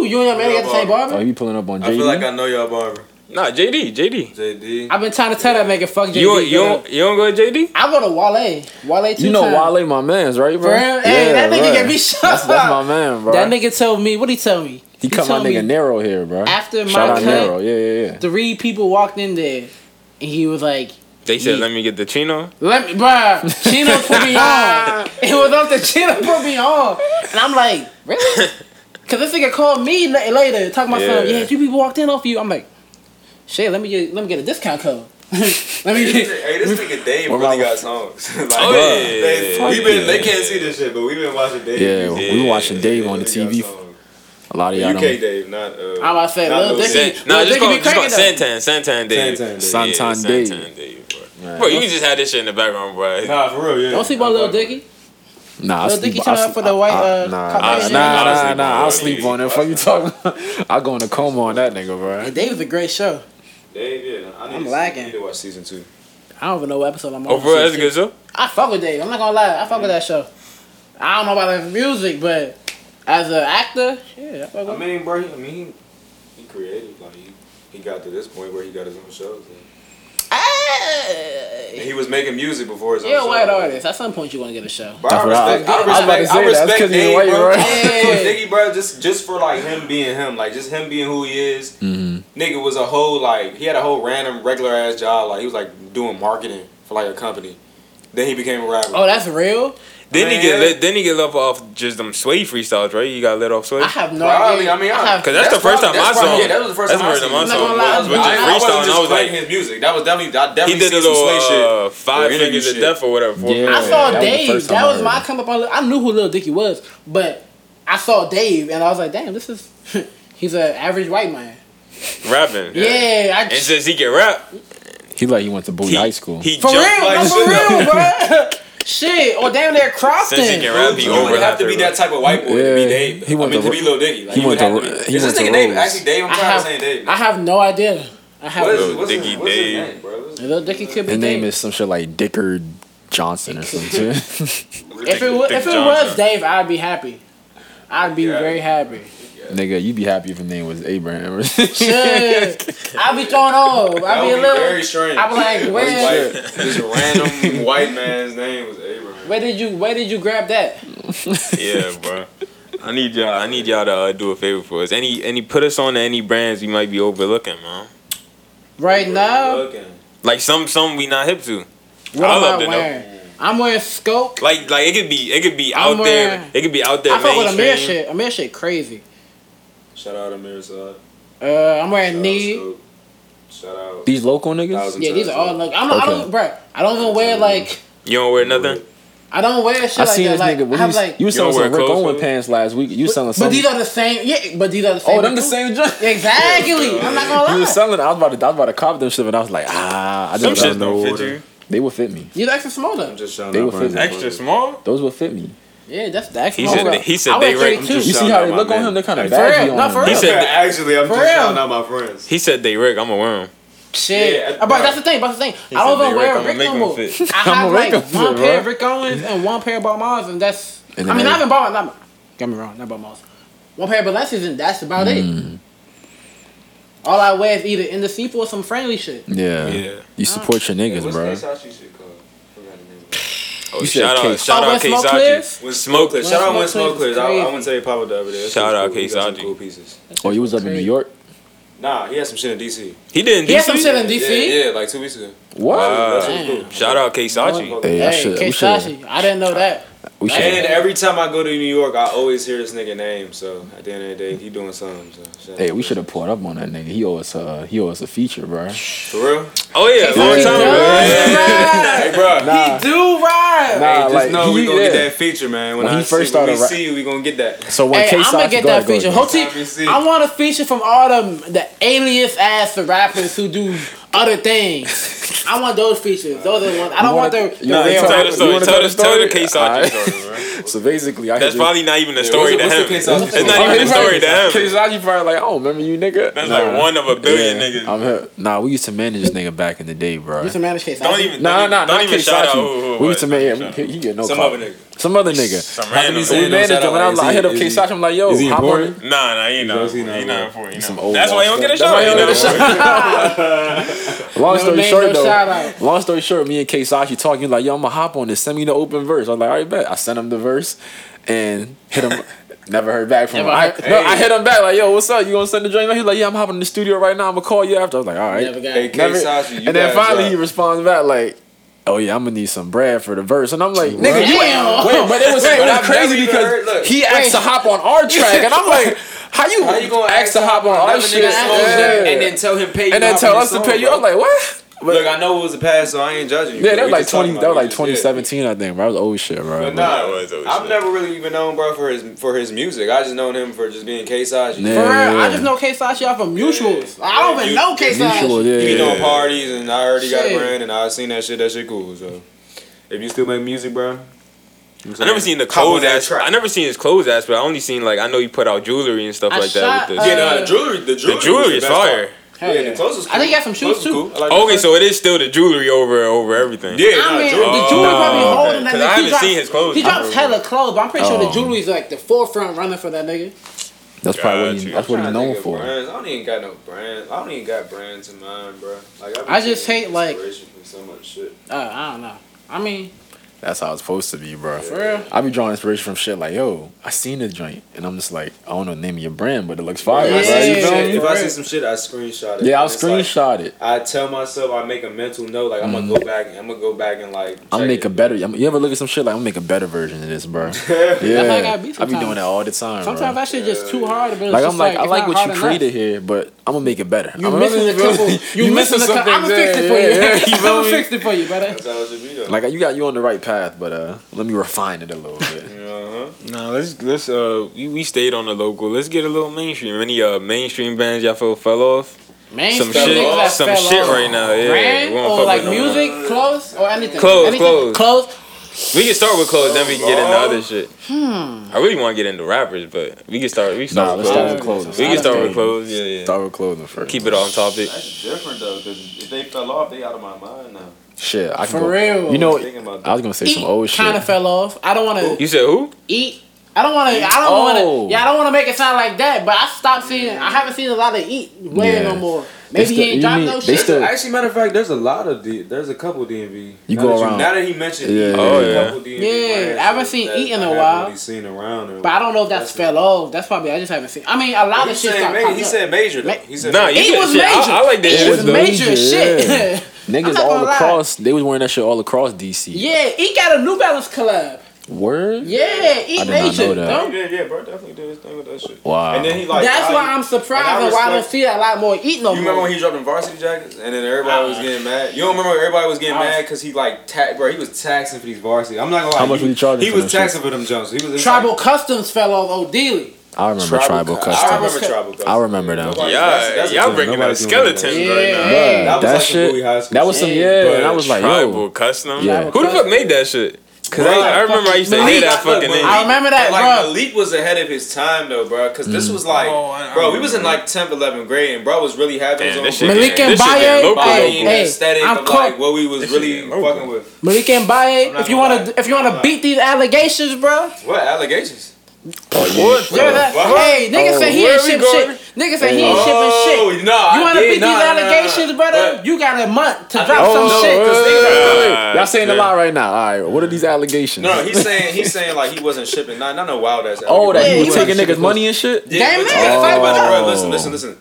You and your man got the same barber? Oh, you pulling up on JD? I feel like I know y'all barber. Nah, JD, JD. JD. I've been trying to tell that nigga fuck JD. You don't- you bro. don't, you don't go to JD? I go to Wale. Wale two you know times. Wale, my man's right, bro. For real? Hey, that nigga bruh. get me shot. That's, that's my man, bro. That nigga told me, what he tell me? He cut my told nigga me Nero here, bro. after my Shout out cut- Nero. Yeah, yeah, yeah. Three people walked in there, and he was like, They said, Yeah. let me get the chino. "Let me, bruh, Chino put me on." It was up to Chino put me on, and I'm like, "Really?" Cause this nigga called me la- later, talking about something. Yeah. Yeah, two people walked in off you. I'm like, "Shit, let me get let me get a discount code." let me get, Hey, this nigga Dave Where really my- got songs. like, Oh, yeah. they, Fuck we been, yeah. they can't see this shit, but we've been watching Dave. Yeah, we Yeah, watching Dave on the TV. A lot of y'all UK don't. Dave, not. Uh, I'm about to say, not Lil Lil Dicky. Dicky. San, nah, Well, just they call, can be just call cracking Santan, Santan Dave. Santan Dave. Yeah, Santan Dave. Santan Dave, bro. Bro, you can just have this shit in the background, bro. Nah, for real, yeah. Don't sleep on Lil Dicky. Nah, I Lil sleep. Dicky I trying sleep- for the white. I- Uh, Nah, nah, Caucasian. nah, I nah, sleep nah. on I'll it. sleep on it. Fuck you talking. about? I go in a coma on that nigga, bro. Dave is a great show. Dave, yeah. I need I'm to see- lagging. I need to watch season two. I don't even know what episode I'm on. Oh, bro, that's a good show. I fuck with Dave. I'm not gonna lie. I fuck with that show. I don't know about the music, but as an actor, yeah, I fuck I with. mean, bro, he- I mean, he creative. Like, he, he got to this point where he got his own shows. and- Hey! And he was making music before his own You're a show. white artist. At some point, you want to get a show. But I That's what I- respect, I- I I was about to respect, I say that. That's respect 'cause he Dave, white, bro. bro. Yeah. Nicky, bro, just just for like him being him, like just him being who he is. Mm-hmm. Nigga was a whole like he had a whole random regular ass job. Like he was like doing marketing for like a company. Then he became a rapper. Oh, that's real. Then he Man. get lit, then he get left off just them sway freestyles, right? You got lit off sway. I have no Probably, idea. I mean, I- have. Cause that's, the first probably- time I that's saw. probably- him. Yeah, that was the first that's time I the seen him. first time I saw. him. I'm not gonna lie, I was I'm just not- I I, wasn't freestyling. just I was playing like, his music. That was definitely I definitely he did a seen some little slay uh, shit. Or five interview fingers of shit. death or whatever. Yeah. I that was saw the Dave. first time that I was heard my it. come up. On, I knew who Lil Dicky was, but I saw Dave, and I was like, damn, this is. He's an average white man. rapping. Yeah, I And since he can rap, He like he went to Bowie he, High School. He For real, jumped no, like for shit. real, bro. Shit, or damn near Crofton. Since he can rap, he You would have overlapped to be that everybody. type of white boy to be Yeah. Dave. He I went mean, to- to be Lil Dicky. Like, he you went would to- have he Is went this to nigga Dave? Rose. Actually, Dave. I'm I trying have, to say Dave. I have no idea. I have What is- Lil what's his- Dicky what's his Dave. name, bro? What's his- Lil Dicky could be His name Dave. is some shit like Dickard Johnson or something. If it, wa- Dick if it Johnson. was Dave, I'd be happy. I'd be Yeah. very happy. Nigga, you'd be happy if his name was Abraham. or Shit. I'd be thrown off. That I'd be would a be very little. strange. I'd be like, where, White- this random white man's name was Abraham. where did you where did you grab that? yeah, bro. I need y'all. I need y'all to uh, do a favor for us. Any any put us on to any brands we might be overlooking, man. Right now, Looking. Like some some we not hip to. what I am love I to know. wearing? I'm wearing Scope. Like like it could be it could be I'm out there. wearing- It could be out there. I fuck with Amir mainstream. shit. Amir shit crazy. Shout out to Mirzad. Uh, I'm wearing Need. Shout out. These local niggas? Thousand Yeah, these are all times. like I'm. not I Okay. don't, bro. I don't even wear like. You don't wear nothing. I don't wear shit I like seen that. this Like, nigga. What I have you, like. you was You selling don't some wear Rick clothes, Owen though? pants last week. You was selling But, some. but these are the same. Yeah, but these are the same. oh, them the recruit- same joint. Exactly. I'm not You gonna lie. was selling. I was about to. I was about to cop them shit, and I was like, ah, I Some just shit know don't fit order. you. They would fit me. You like some small though. I'm just shouting They out were Brian. physical. Extra small. Those would fit me. Yeah, that's that's. He said. small. They, he said I they wear Rick. 32. You see shouting how out they my look on man. him? They kind of For baggy real, on not for him. He real. said. Yeah, They, Actually, I'm For just real. shouting out my friends. he said they Rick. I'ma wear them. Shit. Yeah, Uh, but that's the thing. That's the thing. I said don't they even Rick, wear I'ma Rick make no them more. fit. I I'ma have make like them fit, one pair bro. of Rick Owens and one pair of Bob Mars, and that's. And I then mean, they- I've been bought. Not, get me wrong, not Bob Mars. One pair of Balenci's, and that's about Mm. it. All I wear is either in the seafood or some friendly shit. Yeah. Yeah. You support your niggas, What's bro. that Sashi shit called? Forgot the name. Oh, You said shout K- out, shout Oh, out when smoke clears? Keisaji. When smoke clears, When shout out Smoke when smoke Clears clears. is I, I crazy. wouldn't tell you Papa over there. Shout out He got some Quesadi. Cool pieces. Oh, you was up in New crazy. York. Nah, he had some shit in DC. He didn't. He had some DC? shit in DC. Yeah, yeah, like two weeks ago. What? Wow. That shit was cool. Shout out Keisaji. Hey, I Hey, should. We should. Kesashi, I didn't know that. We And should. every time I go to New York, I always hear this nigga name. So at the end of the day, he doing something. So shout Hey, out. we should have pulled up on that nigga. He owe us a he owe us a feature, bro. For real? Oh yeah, long Kesashi time ago. does ride. Hey, bro. Nah. He do ride. Nah, Hey, just like, know we he- gonna get yeah. that feature, man. When, When I he first see, when we started ra- see you, we gonna get that. So when Hey, I'm gonna K-Sox- get go that ahead, go ahead, feature. go ahead. Time you Hoti, see. I want a feature from all them the alias ass rappers who do other things. I want those features. Those are the ones. I don't want wanna- the, the you wanna real. Tell the You story. wanna Tell tell the the tell the story? Keisaji Alright. story. bro. So basically, I That's could just- probably not even a Yeah, story to what's the- him. It's what's the Keisaji story? not even a story to him. K-Sox, you probably like, I don't remember you, nigga. That's like one of a billion Yeah, niggas. I'm here. Nah, we used to manage this nigga back in the day, bro. It's a managed case. Don't even. Nah, don't nah, don't not even shout out. K-Sox. who- who it We was. used to manage. Yeah, he, he get no Some clout. other nigga. Some other nigga. Some How can random. you So say we Ain't no managed shout him, out, and I, was like, like, I hit up is he- K-Sox. I'm like, yo, is he hop on important? it. Nah, nah, he not. knows he He not not right. important. Some He old not. That's why he don't white get a stuff. shot. That's why he He don't not get a important. Long No story name, short, no though. shout out. Long story short, me and Keisachi talking like, yo, I'ma hop on this. Send me the open verse. I was like, all right, bet. I sent him the verse and hit him. Never heard back from him. Never I, heard- no, I hit him back like, yo, what's up? You gonna send the joint? back? He's like, yeah, I'm hopping in the studio right now. I'm gonna call you after. I was like, all right. Never got Hey, it. Never- K-Sashi, you and then gotta finally drop. he responds back like, "Oh yeah, I'm gonna need some bread for the verse," and I'm like, "Nigga, you ain't." Damn. Wait, but it was, it was But I've never crazy even because heard- look. he asked Wait. to hop on our track, and I'm like, "How you, How you gonna ask to hop on our another shit?" nigga's song Yeah. and then tell him pay you? And then how tell many us to songs, pay you. bro? I'm like, "What?" But Look, I know it was a past, so I ain't judging you. yeah, bro. that was We like just talking 20. That was about like what you just did. 2017, I think. Bro, that was old shit, bro. But But- nah, That was old I've shit. never really even known bro for his for his music. I just known him for just being K-Saji. Yeah. For real, I just know Kesashi off of mutuals. I don't even You- know Mutual, Kesashi. yeah. You be doing Yeah. parties, and I already got Shit. brand, and I seen that shit. That shit cool. So, if you still make music, bro, I never seen the Hop on clothes that ass. track. I never seen his clothes ass, but I only seen like I know he put out jewelry and stuff I like that. With shot, the, Yeah, uh, nah, the jewelry, the jewelry, the jewelry is fire. Hell yeah, yeah. the clothes was I think he got some Clothes shoes, was too. Cool. I like Okay, the- so it is still the jewelry over over everything. yeah, nah, I mean, jewelry. the jewelry probably Oh, holding that okay. 'Cause nigga. I He haven't drops- seen his clothes. He drops hella clothes, but I'm pretty sure Oh. the jewelry's like the forefront runner for that nigga. That's probably what he, Gotcha. that's what he's Trying to known think of for. Brands. I don't even got no brands. I don't even got brands in mind, bro. Like I, be I just taking hate, like- inspiration from so much shit. Uh, I don't know. I mean, That's how it's supposed to be, bro. for real. I be drawing inspiration from shit like, yo, I seen the joint, and I'm just like, I don't know the name of your brand, but it looks fire. If I Yeah, see you Yeah. feel shit- me? if I see some shit, I screenshot it. yeah I'll And it's like- screenshot it. I tell myself I make a mental note like I'm gonna Mm-hmm. go back and I'm gonna go back and like I'll check make it. a better. I'm, you ever look at some shit like I'm gonna make a better version of this, bro? how I Yeah, gotta be I be sometimes. doing that all the time. Sometimes bro. that shit just too hard. But it's like just I'm like, I it's like not what hard you enough. created here, but I'm gonna make it better. You I'm missing a couple. You, missing, a couple. I'm gonna fix it for you. I'm gonna fix fix it for you, brother. That's how it should be though. Like you got you on the right path, but uh, let me refine it a little bit. uh-huh. No, let's let's uh we, we stayed on the local. Let's get a little mainstream. Any uh mainstream bands y'all feel fell off? Some Mainstream shit, niggas that some fell shit off. right now. Yeah, Brand we don't or fuck like with no one. music, clothes or anything. Clothes, anything. clothes. clothes. We can start with clothes, then we can get into Hello? Oh. other shit. I really want to get into rappers, but we can start. We can start Hmm. Nah, with let's start with clothes. clothing. We can start with Start clothes. Yeah, yeah. Start with clothing first. Keep it on topic. That's different though, because if they fell off, they out of my mind now. Shit, I can For go- real. You know, Thinking about I was gonna say some old Eat shit. kind of fell off. I don't want to You said who? eat. I don't want to. I don't Oh. want to. Yeah, I don't want to make it sound like that. But I stopped seeing. I haven't seen a lot of eat way Yeah. no more. They Maybe still- he ain't you dropped mean- no they shit. still- Actually, matter of fact, there's a lot of D. There's a couple DMV. You now go that you- around. now that he mentioned, Yeah. Eat, Oh, there's a yeah. couple DMV Yeah, brands I haven't that- seen that Eat in I a haven't while. Really seen around. Or but I don't know if that's fell off. That's probably I just haven't seen. I mean, a lot he of shit. said, started ma- popping he up. said major. though. Ma- E? He said Nah, you It good was shit. major. I, I like the It hits, was though. major Major, shit. Niggas not all gonna lie. across, they was wearing that shit all across DC. yeah, he got a New Balance collab. Word? Yeah, did eat not know nature. that. Don't Yeah, yeah, bro, definitely did his thing with that shit. Wow. And then he like. That's I- why I'm surprised and why I don't respect- see that a lot more eat no You remember more. when he dropped in varsity jackets, and then everybody was getting mad. You don't remember when everybody was getting I was- mad because he like ta- bro, he was taxing for these varsity. I'm not gonna lie. How much he, was he charging He for was them taxing for them jumps. He was, he was Tribal Customs fell off O'Dealy. I remember tribal, Cu- customs. I remember tribal customs. I remember them. Nobody- that's- Yeah, that's y'all what- bringing up nobody's doing that. skeletons Yeah. right now. Bruh, That was that, like some Bowie high shit. school That was some shit. yeah, But and I was like, tribal yo, custom. Yeah. Who the fuck made that shit? Cause Bro, I, I remember I used to hate Malik. that fucking Look, name. I remember that, Mm. But, like, bro. Malik was ahead of his time though, bro. Because this was like, Oh, I- I bro, we was in remember. like 10th, 11th grade, and bro was really having Damn, this his shit own getting- Malik and this shit Baye, getting local, body hey, and hey, aesthetic I'm of like caught. what we was This shit really getting local. fucking with. Malik and Baye, not if you gonna wanna lie. if you wanna beat these allegations, bro. What allegations? What? Yeah, that, fuck? hey, nigga Oh, said he where ain't we shipping going? shit. Nigga said he ain't Oh, shipping shit. no! You wanna I beat did- these nah, nah, nah, nah. allegations, brother? But- You got a month to I drop think- some Oh, shit. no, wait. Y'all saying a Yeah. lot right now. All right, what are these allegations? No, no, he's saying he's saying like he wasn't shipping. Nah, not no wild ass. oh, that Yeah, he he was wasn't taking niggas' money and shit. Yeah, Damn it. but you gotta think about it, bro. Oh. Listen, listen, listen.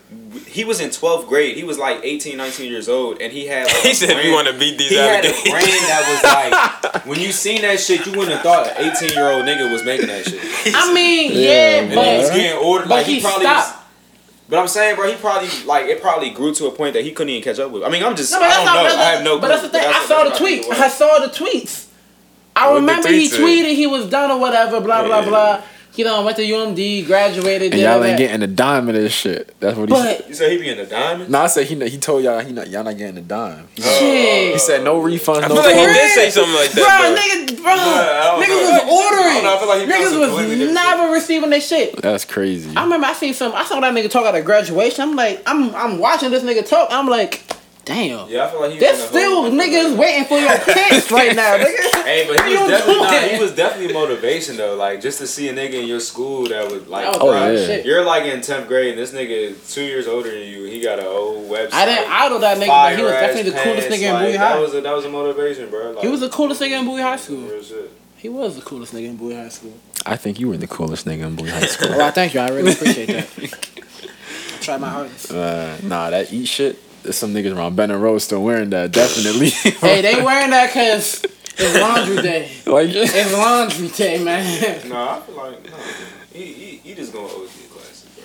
He was in 12th grade. He was like 18, 19 years old, and he had. Like, He a said, "You brand- want to beat these He had a allegations?" brand that was like, when you seen that shit, you wouldn't have thought an 18 year old nigga was making that shit. I mean, Yeah, yeah, man. And he was but getting ordered. but like, he, he probably. stopped. Was, but I'm saying, bro, he probably like it probably grew to a point that he couldn't even catch up with. I mean, I'm just. No, but I that's don't not. know. That's, I have no. But clue. that's the thing. I That's saw what the I think tweets. it was. I saw the tweets. I What the remember he tweets say? tweeted he was done or whatever. Blah blah blah. You know, went to UMD, graduated. And did all y'all ain't that. getting a dime of this shit. That's what he said. But You said he be in the diamond. No, I said he he told y'all he not y'all not getting a dime. shit, He said no refunds, I no. feel Oh. like he Like did say something like bro, that. nigga, bro, I don't niggas know. was I don't ordering. know, I feel like he found some completely niggas was different never receiving their shit. That's crazy. I remember I seen some. I saw that nigga talk at a graduation. I'm like, I'm I'm watching this nigga talk. I'm like, damn. Yeah, I feel like he. There's was in a whole still different- niggas waiting for your pants right now, nigga. Hey, but he You was definitely don't nah, do he that. was definitely motivation though. Like just to see a nigga in your school that was like, That was Oh, wild yeah. shit. you're like in tenth grade and this nigga is two years older than you. He got an old website. I didn't idol that nigga, but he was fire-ass definitely the coolest pants, nigga in like, Bowie That High. was a, that was a motivation, bro. Like, He was the coolest nigga in Bowie High School. real shit. He was the coolest nigga in Bowie High School. I think you were the coolest nigga in Bowie High School. Oh, I thank you. I really appreciate that. I tried my hardest. Uh, nah, that eat shit. There's some niggas around Ben and Rose still wearing that. Definitely. Hey, they wearing that because it's laundry day. like It's laundry day, man. Nah, I feel like nah, he, he, he just gonna OG classes, bro.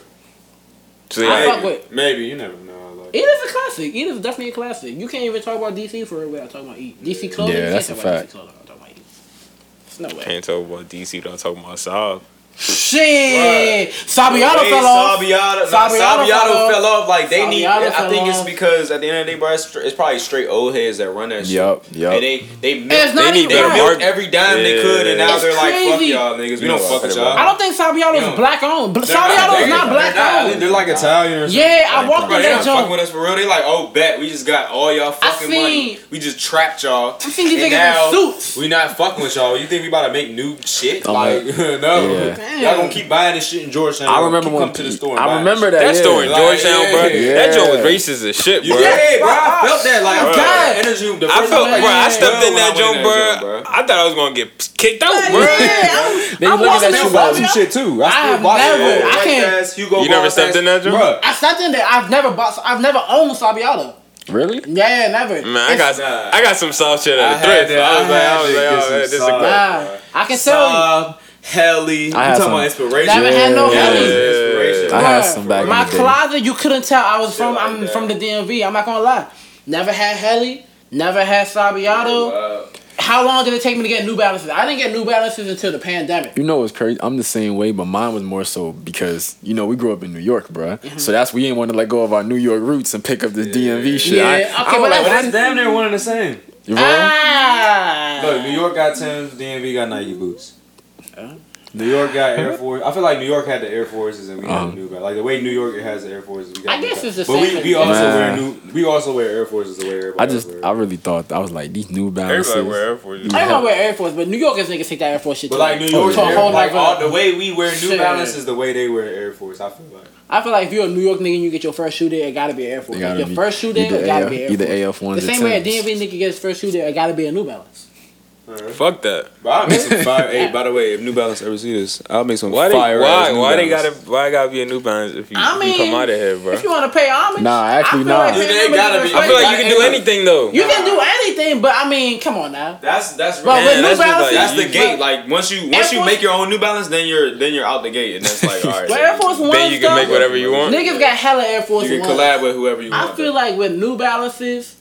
So, I yeah, fuck with- Maybe you never know. Like, It is a classic. It is definitely a classic. You can't even talk about DC for real without talking about E. DC clothing. Yeah, you that's can't a talk about fact. DC clothing without talking about E. There's no way. can't talk about DC without talking about Saab. Shit. Sabiano Wade fell off. Sabiata, nah, Sabiata Sabiata fell off. fell off. Like they need. Sabiata I think fell it's off. because at the end of the day, bro, it's, str- it's probably straight old heads that run that shit. Yup, yup. And they they milk, It's not they, even they right. milked every dime they could, and now It's they're like, fuck crazy. y'all niggas, we You know don't fuck what I'm with talking y'all. I don't think Sabiano Yeah. is black owned. But They're not- Sabiano is they're not black They're, not- owned. they're like Italian or something. Yeah, I walked Bro, in they that not fucking joint. with us for real. They like, oh, bet we just got all y'all fucking money. seen- We just trapped y'all. I seen these And niggas in now suits. We not fucking with y'all. You think we about to make new shit? I'm Like, like- no. Yeah. Y'all gonna keep buying this shit in Georgetown. I remember keep when come to the store. and I buying remember that. That yeah. store in Like, Georgetown, bro. yeah. That joint was racist as shit, bro. Yeah, bro, I felt that. Like, I Bruh. felt that energy. The I first felt, time bro. I was stepped in when I that went joint, bro. joint, I thought I was gonna get kicked out, bro. Yeah, They I'm- looking I'm at walking you in like- Sabiano. Shit too. I I still have bought it. never- Yo, I white can't- ass Hugo You never Boss stepped ass- in that joint? Bruh, I stopped in there. I've never bought. I've never owned Sabiano. Really? Yeah, never. Man, I got Nah. I got some soft shit I at had the thrift. that- I was I like, I had was to like, get oh, some this is soft. good. Nah, I can tell Saab, Helly. You I had talking some. about you. inspiration? Never had no Yeah. hellies. Yeah. Inspiration. I had some back in My the day. closet, you couldn't tell I was from. like I'm that. from the DMV. I'm not gonna lie. Never had Helly. Never had Sabiato. Wow. How long did it take me to get New Balances? I didn't get New Balances until the pandemic. You know what's crazy? I'm the same way, but mine was more so because you know we grew up in New York, bruh. Mm-hmm. So that's we didn't want to let go of our New York roots and pick up this DMV shit. Yeah, I, I okay, but was that's- like, That's damn near one and the same. you wrong? Ah. Look, New York got Tim's, DMV got Nike boots. New York got Air Force. I feel like New York had the Air Forces and we had Uh-huh. the New Balance. Like the way New York has the Air Forces, we got I New guess Balance. it's the But same we, we also thing. wear new. We also wear Air Forces the way everybody. I else just wear. I really thought I was like these New Balances. Everybody wear Air Force. I don't wear Air Force, but New Yorkers niggas take that Air Force shit. But to like me. New York, Oh, To a whole like nother- all, the way we wear New Shit. Balance is the way they wear Air Force. I feel like. I feel like if you're a New York nigga and you get your first shoe there, it gotta be Air Force. It Like gotta your be first shoe there, either it gotta AF be Air either Force. AF ones The or same way a tens. DMV nigga gets his first shoe there, it gotta be a New Balance. Fuck that. But I'll make some fire. hey, by the way, if New Balance ever see this, I'll make some Why they, fire. why why they gotta why gotta be a New Balance if you, I if you mean, come out of here, bro? If you want to pay homage, Nah, actually, I feel nah. Like You paying ain't homage gotta is be- I respect. feel like you can do anything though. You can do anything, but I mean, come on now. That's that's Bro, Man, right. with New that's just Balance, like- that's the you- gate. Like once you once you Air Force- make your own New Balance, then you're then you're out the gate, and that's like all right. But Air Force One, Then you can make whatever you want. Niggas got hella Air Force You can One. collab with whoever you want. I feel like with New Balances,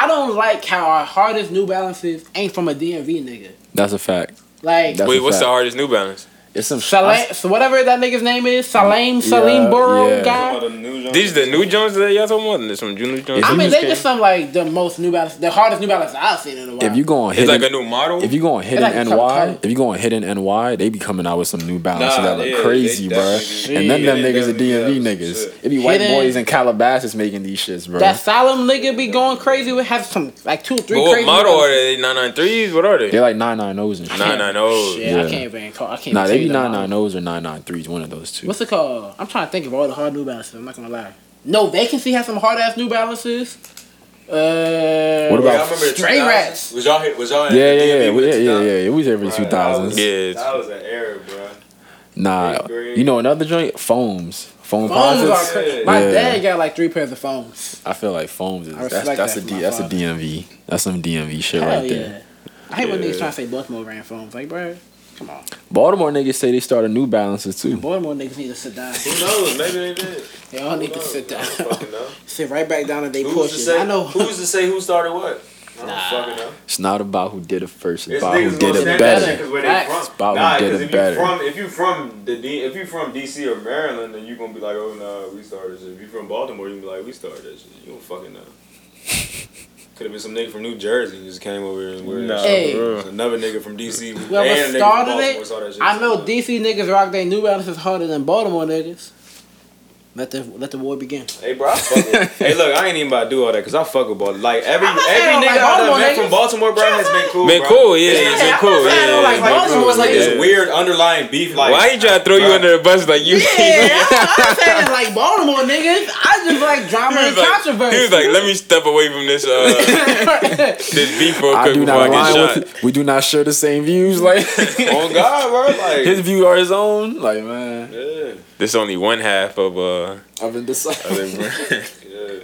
I don't like how our hardest New Balances ain't from a DMV nigga. That's a fact. Like That's- Wait, a what's fact. the hardest New Balance? It's some Salim, so whatever that nigga's name is, Salim, Salim Yeah, Burrow yeah. guy. These the new Jones that y'all talking about? There's Some new Jones. If I you mean, just they just some like the most New Balance, the hardest New Balance I've seen in a while. If you go on it's hidden, like a new model. if you go on hidden like a NY, color. if you go on hidden NY, they be coming out with some New Balances Nah, that look yeah, crazy, they bro. definitely And then do. them Yeah, niggas they are DMV definitely do. niggas. Shit. It be white Hidden- boys in Calabasas making these shits, bro. that Salim nigga be going crazy with have some like two, three but what crazy model New are Balances. they? Nine nine threes? What are They they? like nine nine O's and shit. Nine nine oh. Shit, Yeah. I can't even call. I can't. Nah, they even tell be you the nine model. nine O's or nine nine threes. One of those two. What's it called? I'm trying to think of all the hard New Balances. I'm not gonna lie. No vacancy has some hard ass New Balances. Uh, What Y'all about- remember the Stray 2000s? Rats. Was y'all hit? Was y'all? in Yeah, the yeah, yeah, DMV with yeah, the yeah, 2000s? yeah. It was every two Alright, that was- thousands. Yeah, it's- That was an era, bro. Nah, Eighth grade. you know another joint? Foams, foam Phones are posits. crazy. My Yeah. dad got like three pairs of phones. I feel like foams is I that's respect that's that a for D, my that's a father. DMV. That's some DMV shit Hell right yeah. there. I hate when Yeah. niggas trying to say Baltimore ran phones. Like, bro, come on. Baltimore niggas say they started New Balances too. Baltimore niggas need to sit down. Who knows? Maybe they did. They all need Who to knows? sit I down. don't fucking know. sit right back down in they Who's to porches. say? I know. Who's to say who started what? I don't Nah. fucking know. It's not about who did it first, it's It's about niggas who gonna did it stand better. better. that shit 'cause where they Facts. from. About who Nah, did 'cause it if better. You from, if you from the D, if you from DC or Maryland, then you gonna be like, oh no, nah, we started this. If you from Baltimore, you gonna be like, we started this. You don't fucking know. Could have been some nigga from New Jersey who just came over here and weird. Nah, Hey. for real. Another nigga from DC. and a nigga Whoever from started Baltimore saw that it, shit. I know DC niggas rock their New Balances harder than Baltimore niggas. Let the let the war begin. Hey, bro, I fuck with. hey, look, I ain't even about to do all that because I fuck with Baltimore. Like every I'm not saying every I don't nigga like I've Baltimore met niggas. from Baltimore, bro, has been cool. Been bro. cool, yeah, it's I'm been not cool. saying I don't yeah, like it's Like, been Baltimore, cool, it's like yeah. this weird underlying beef. Like, Why you trying to throw you Bruh. under the bus like you? Yeah, I'm saying it's like Baltimore niggas. I just like drama he and was like, controversy. he was like, let me step away from this uh, this beef real I quick do before I not align get shot. with we do not share the same views. Like On God, bro. Like, his views are his own. Like man, yeah, This only one half of uh. I've been deciding. yeah.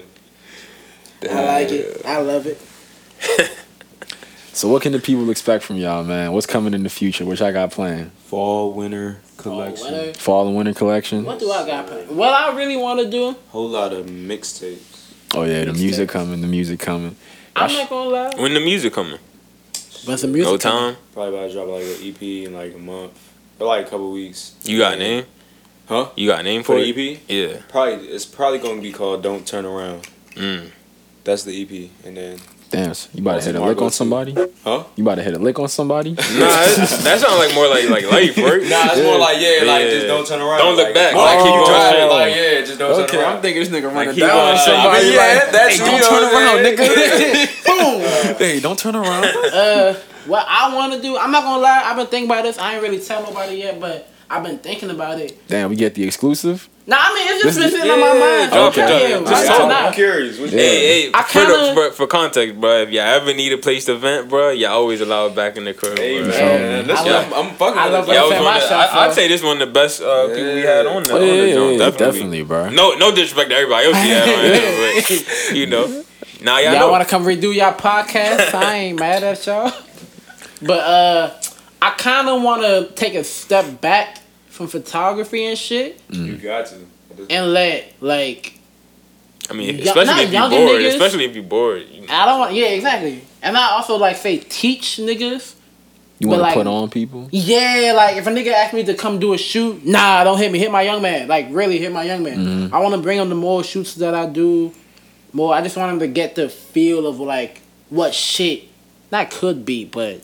I like it. I love it. So what can the people expect from y'all, man? What's coming in the future? Which I got planned? Fall winter Oh, collection. what a- Fall and winter collection. What do I got planned? What I really want to do, Whole lot of mixtapes. Oh yeah, the Mixtapes. music coming. The music coming. I'm sh- not gonna lie. When the music coming? But some No music. time. Probably about to drop like an EP in like a month or like a couple weeks. You got a name? Huh? You got a name For E for the E it? EP, Yeah. probably it's probably gonna be called "Don't Turn Around." Mm. That's the EP, and then Damn, so you about to Also hit a Margot, lick on too. somebody? Huh? You about to hit a lick on somebody? Nah, that, that sounds like more like like life, work. Nah, it's more like yeah, like Yeah. just don't turn around. Don't look Like, back. more Like Oh. keep you driving. Oh. Like yeah, just don't turn around. thinking this nigga running he gonna- I mean, yeah, that's hey, you don't know turn what I'm around, saying? nigga. Boom. hey, don't turn around. Uh, what I want to do, I'm not gonna lie. I've been thinking about this. I ain't really tell nobody yet, but I've been thinking about it. Damn, we get the exclusive. Nah, I mean it's just This- been sitting on my mind. yeah, Okay, okay. yeah, Just right talk. now. I'm curious. What you Hey, hey, I for, the, kinda- for, for context, bro, if y'all ever need a place to vent, bro, y'all always allow it back in the crib. Hey, bro. man, that's I what love- I'm, I'm fucking. I love with Yeah, it. I was Send one my of the, shots I, I'd off. say this one of the best uh, people we had on the, Oh, on yeah, the yeah, joint, yeah, definitely. definitely, bro. No, no disrespect to everybody else we had on here, but you know, now y'all, y'all know. want to come redo y'all podcast? I ain't mad at y'all. But uh, I kind of want to take a step back from photography and shit You got to. and let like I mean, y- especially not if you're younger bored. niggas. Especially if you're bored. You know. I don't want yeah exactly, and I also like say teach niggas You But want to like- put on people? Yeah, like if a nigga asked me to come do a shoot, nah, don't hit me. Hit my young man. Like really, hit my young man. Mm-hmm. I want to bring him to more shoots that I do. More, I just want him to get the feel of like what shit not could be, but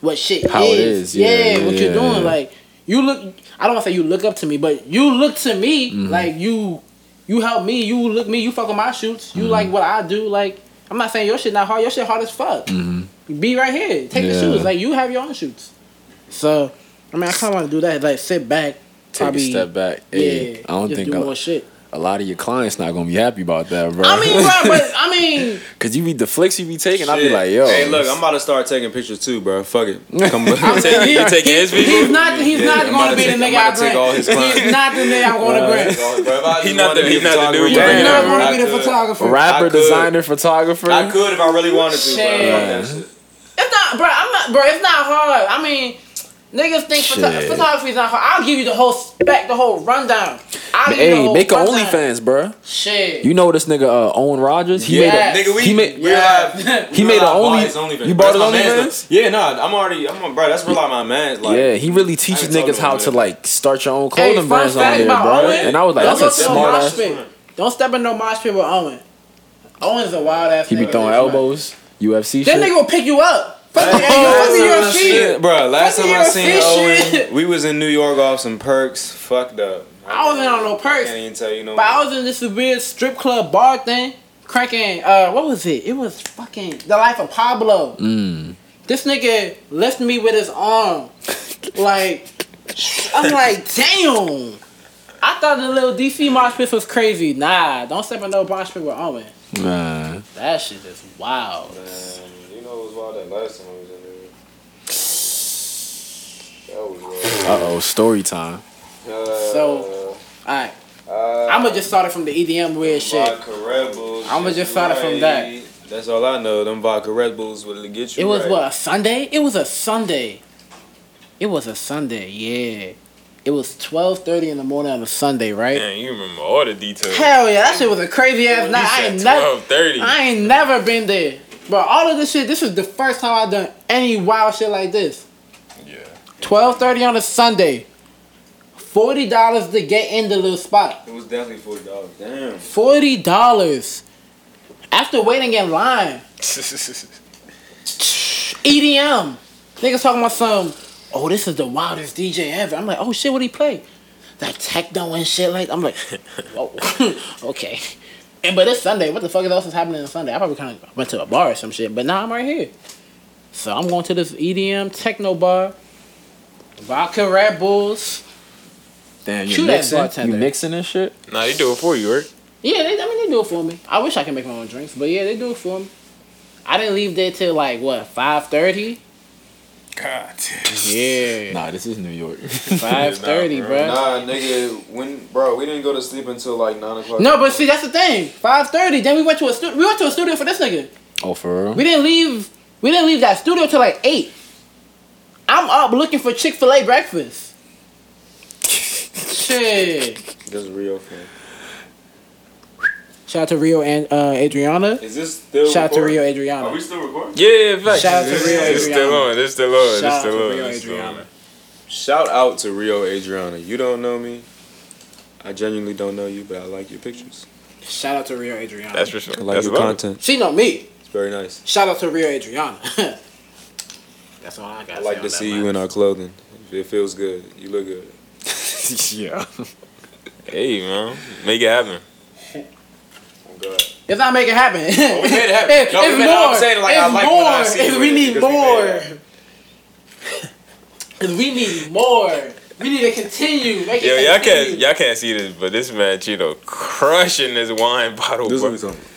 what shit How it is, yeah, yeah, what yeah, you're doing. yeah. Like you look. I don't want to say you look up to me, but you look to me Mm-hmm. like you. You help me. You look me. You fuck with my shoots. Mm-hmm. You like what I do. Like I'm not saying your shit not hard. Your shit hard as fuck. Mm-hmm. Be right here. Take Yeah. the shoots. Like you have your own shoots. So, I mean, I kind of want to do that. Like, sit back. Take probably, a step back. Yeah, Hey, I don't just think do I, more shit. a lot of your clients not gonna be happy about that, bro. I mean, bro, but I mean, Cause you be the flicks you be taking, I be Shit. like, yo. Hey, look, I'm about to start taking pictures too, bro. Fuck it. Come I'm on. taking- you taking his he- people? He's not. He's Yeah, not I'm going about to be to the take- nigga I'm I about to take all his grant. He's clients. not the nigga I'm going to grant. He not the- he not the dude photographer, you bro, You're bring not up. going I to be the could. photographer. I Rapper, could- designer, photographer. I could if I really wanted to, bro. Shit. Fuck that shit. It's not, bro. I'm not, bro. It's not hard. I mean, niggas think photo- Shit. photography's not hard. I'll give you the whole spec, the whole rundown. I'll give you the Hey, whole make a rundown. OnlyFans, bro. Shit. You know this nigga uh, Owen Rogers? He Yeah. made Nigga, we he made- we Yeah. live- He we made live a by only- his OnlyFans. you bought That's it my on man's, OnlyFans? though. Yeah, nah, I'm already, I'm a, bro. That's really my man's. Like, yeah, he really I teaches ain't talking niggas how about to that. like start your own Hey, clothing fun brands on fact there, about bro. Owen. And I was like, don't that's a go to no smart mosh ass. pit. Don't step in no mosh pit with Owen. Owen's a wild ass. He be nigga, throwing man. elbows, UFC That shit. nigga will pick you up. Fuck Last the- hey, yo, time I fuck the seen- UFC. Bro, last Fuck time the I seen UFC shit. Owen, we was in New York off some perks. Fucked up. I wasn't on no perks. Can't even tell you no. But I more. was in this weird strip club bar thing, cranking. Uh, what was it? It was fucking the life of Pablo. Mm, This nigga lifted me with his arm, like I'm like, damn. I thought the little DC mosh pit was crazy. Nah, don't step in no mosh pit with Owen. Nah. That shit is wild. Man, you know it was wild that last time I was in there. That was wild. Uh oh, story time. Uh, So- All right, uh, I'ma just start it from the EDM weird shit. Vodka Red Bulls. I'ma get just you start it from right. That's all I know. Them vodka Red Bulls will get you. It was right. what a Sunday. It was a Sunday. It was a Sunday. Yeah. It was twelve thirty in the morning on a Sunday, right? Man, you remember all the details. Hell yeah, that shit was a crazy ass night. I ain't never, Twelve thirty. I ain't never been there. Bro, all of this shit. This is the first time I done any wild shit like this. Yeah. Twelve thirty on a Sunday. Forty dollars to get in the little spot. It was definitely forty dollars. Damn. Forty dollars. After waiting in line, EDM. Niggas talking about some. Oh, this is the wildest DJ ever. I'm like, oh shit, what he play? That techno and shit like. I'm like, oh, okay. And but it's Sunday. What the fuck else is happening on Sunday? I probably kind of went to a bar or some shit. But now I'm right here. So I'm going to this EDM techno bar. Vodka Red Bulls. Damn, you Shoot that mixing? bartender. You mixing and shit? nah, they do it for you, right? Yeah, they, I mean they do it for me. I wish I could make my own drinks, but yeah, they do it for me. I didn't leave there till like what five thirty. God damn. Yeah, Nah, this is New York. five thirty, Nah, bro. Nah, nigga, when bro, we didn't go to sleep until like nine o'clock. No, but see, that's the thing. Five thirty. Then we went to a stu- we went to a studio for this nigga. oh, for real? We didn't leave. We didn't leave that studio till like eight. I'm up looking for Chick Fil A breakfast. Shit. This is real fun. Shout out to Rio and uh, Adriana. Is this still? Shout out to recording? Rio Are we Adriana. still recording? Yeah, in fact. Shout out to Rio It's Oh, still Adriana. on. It's still on. It's Shout out still to on. Rio It's still Adriana. on. Shout out to Rio Adriana. You don't know me. I genuinely don't know you, but I like your pictures. Shout out to Rio Adriana. That's for sure. I like That's your love. content. she know me. It's very nice. Shout out to Rio Adriana. that's all I got. I like to see you in our clothing. It feels good. You look good. yeah. Hey, man, make it happen. I'm glad. If I make it happen, Oh, we made it happen. If- No, we if made it- I'm more, saying, like, if I like more, what I see if with we it, need because we made more, it because we need more. We need to continue. Make Yo, it y'all continue. can't y'all can't see this, but this man Cheeto crushing this wine bottle. This is what bro. we talking.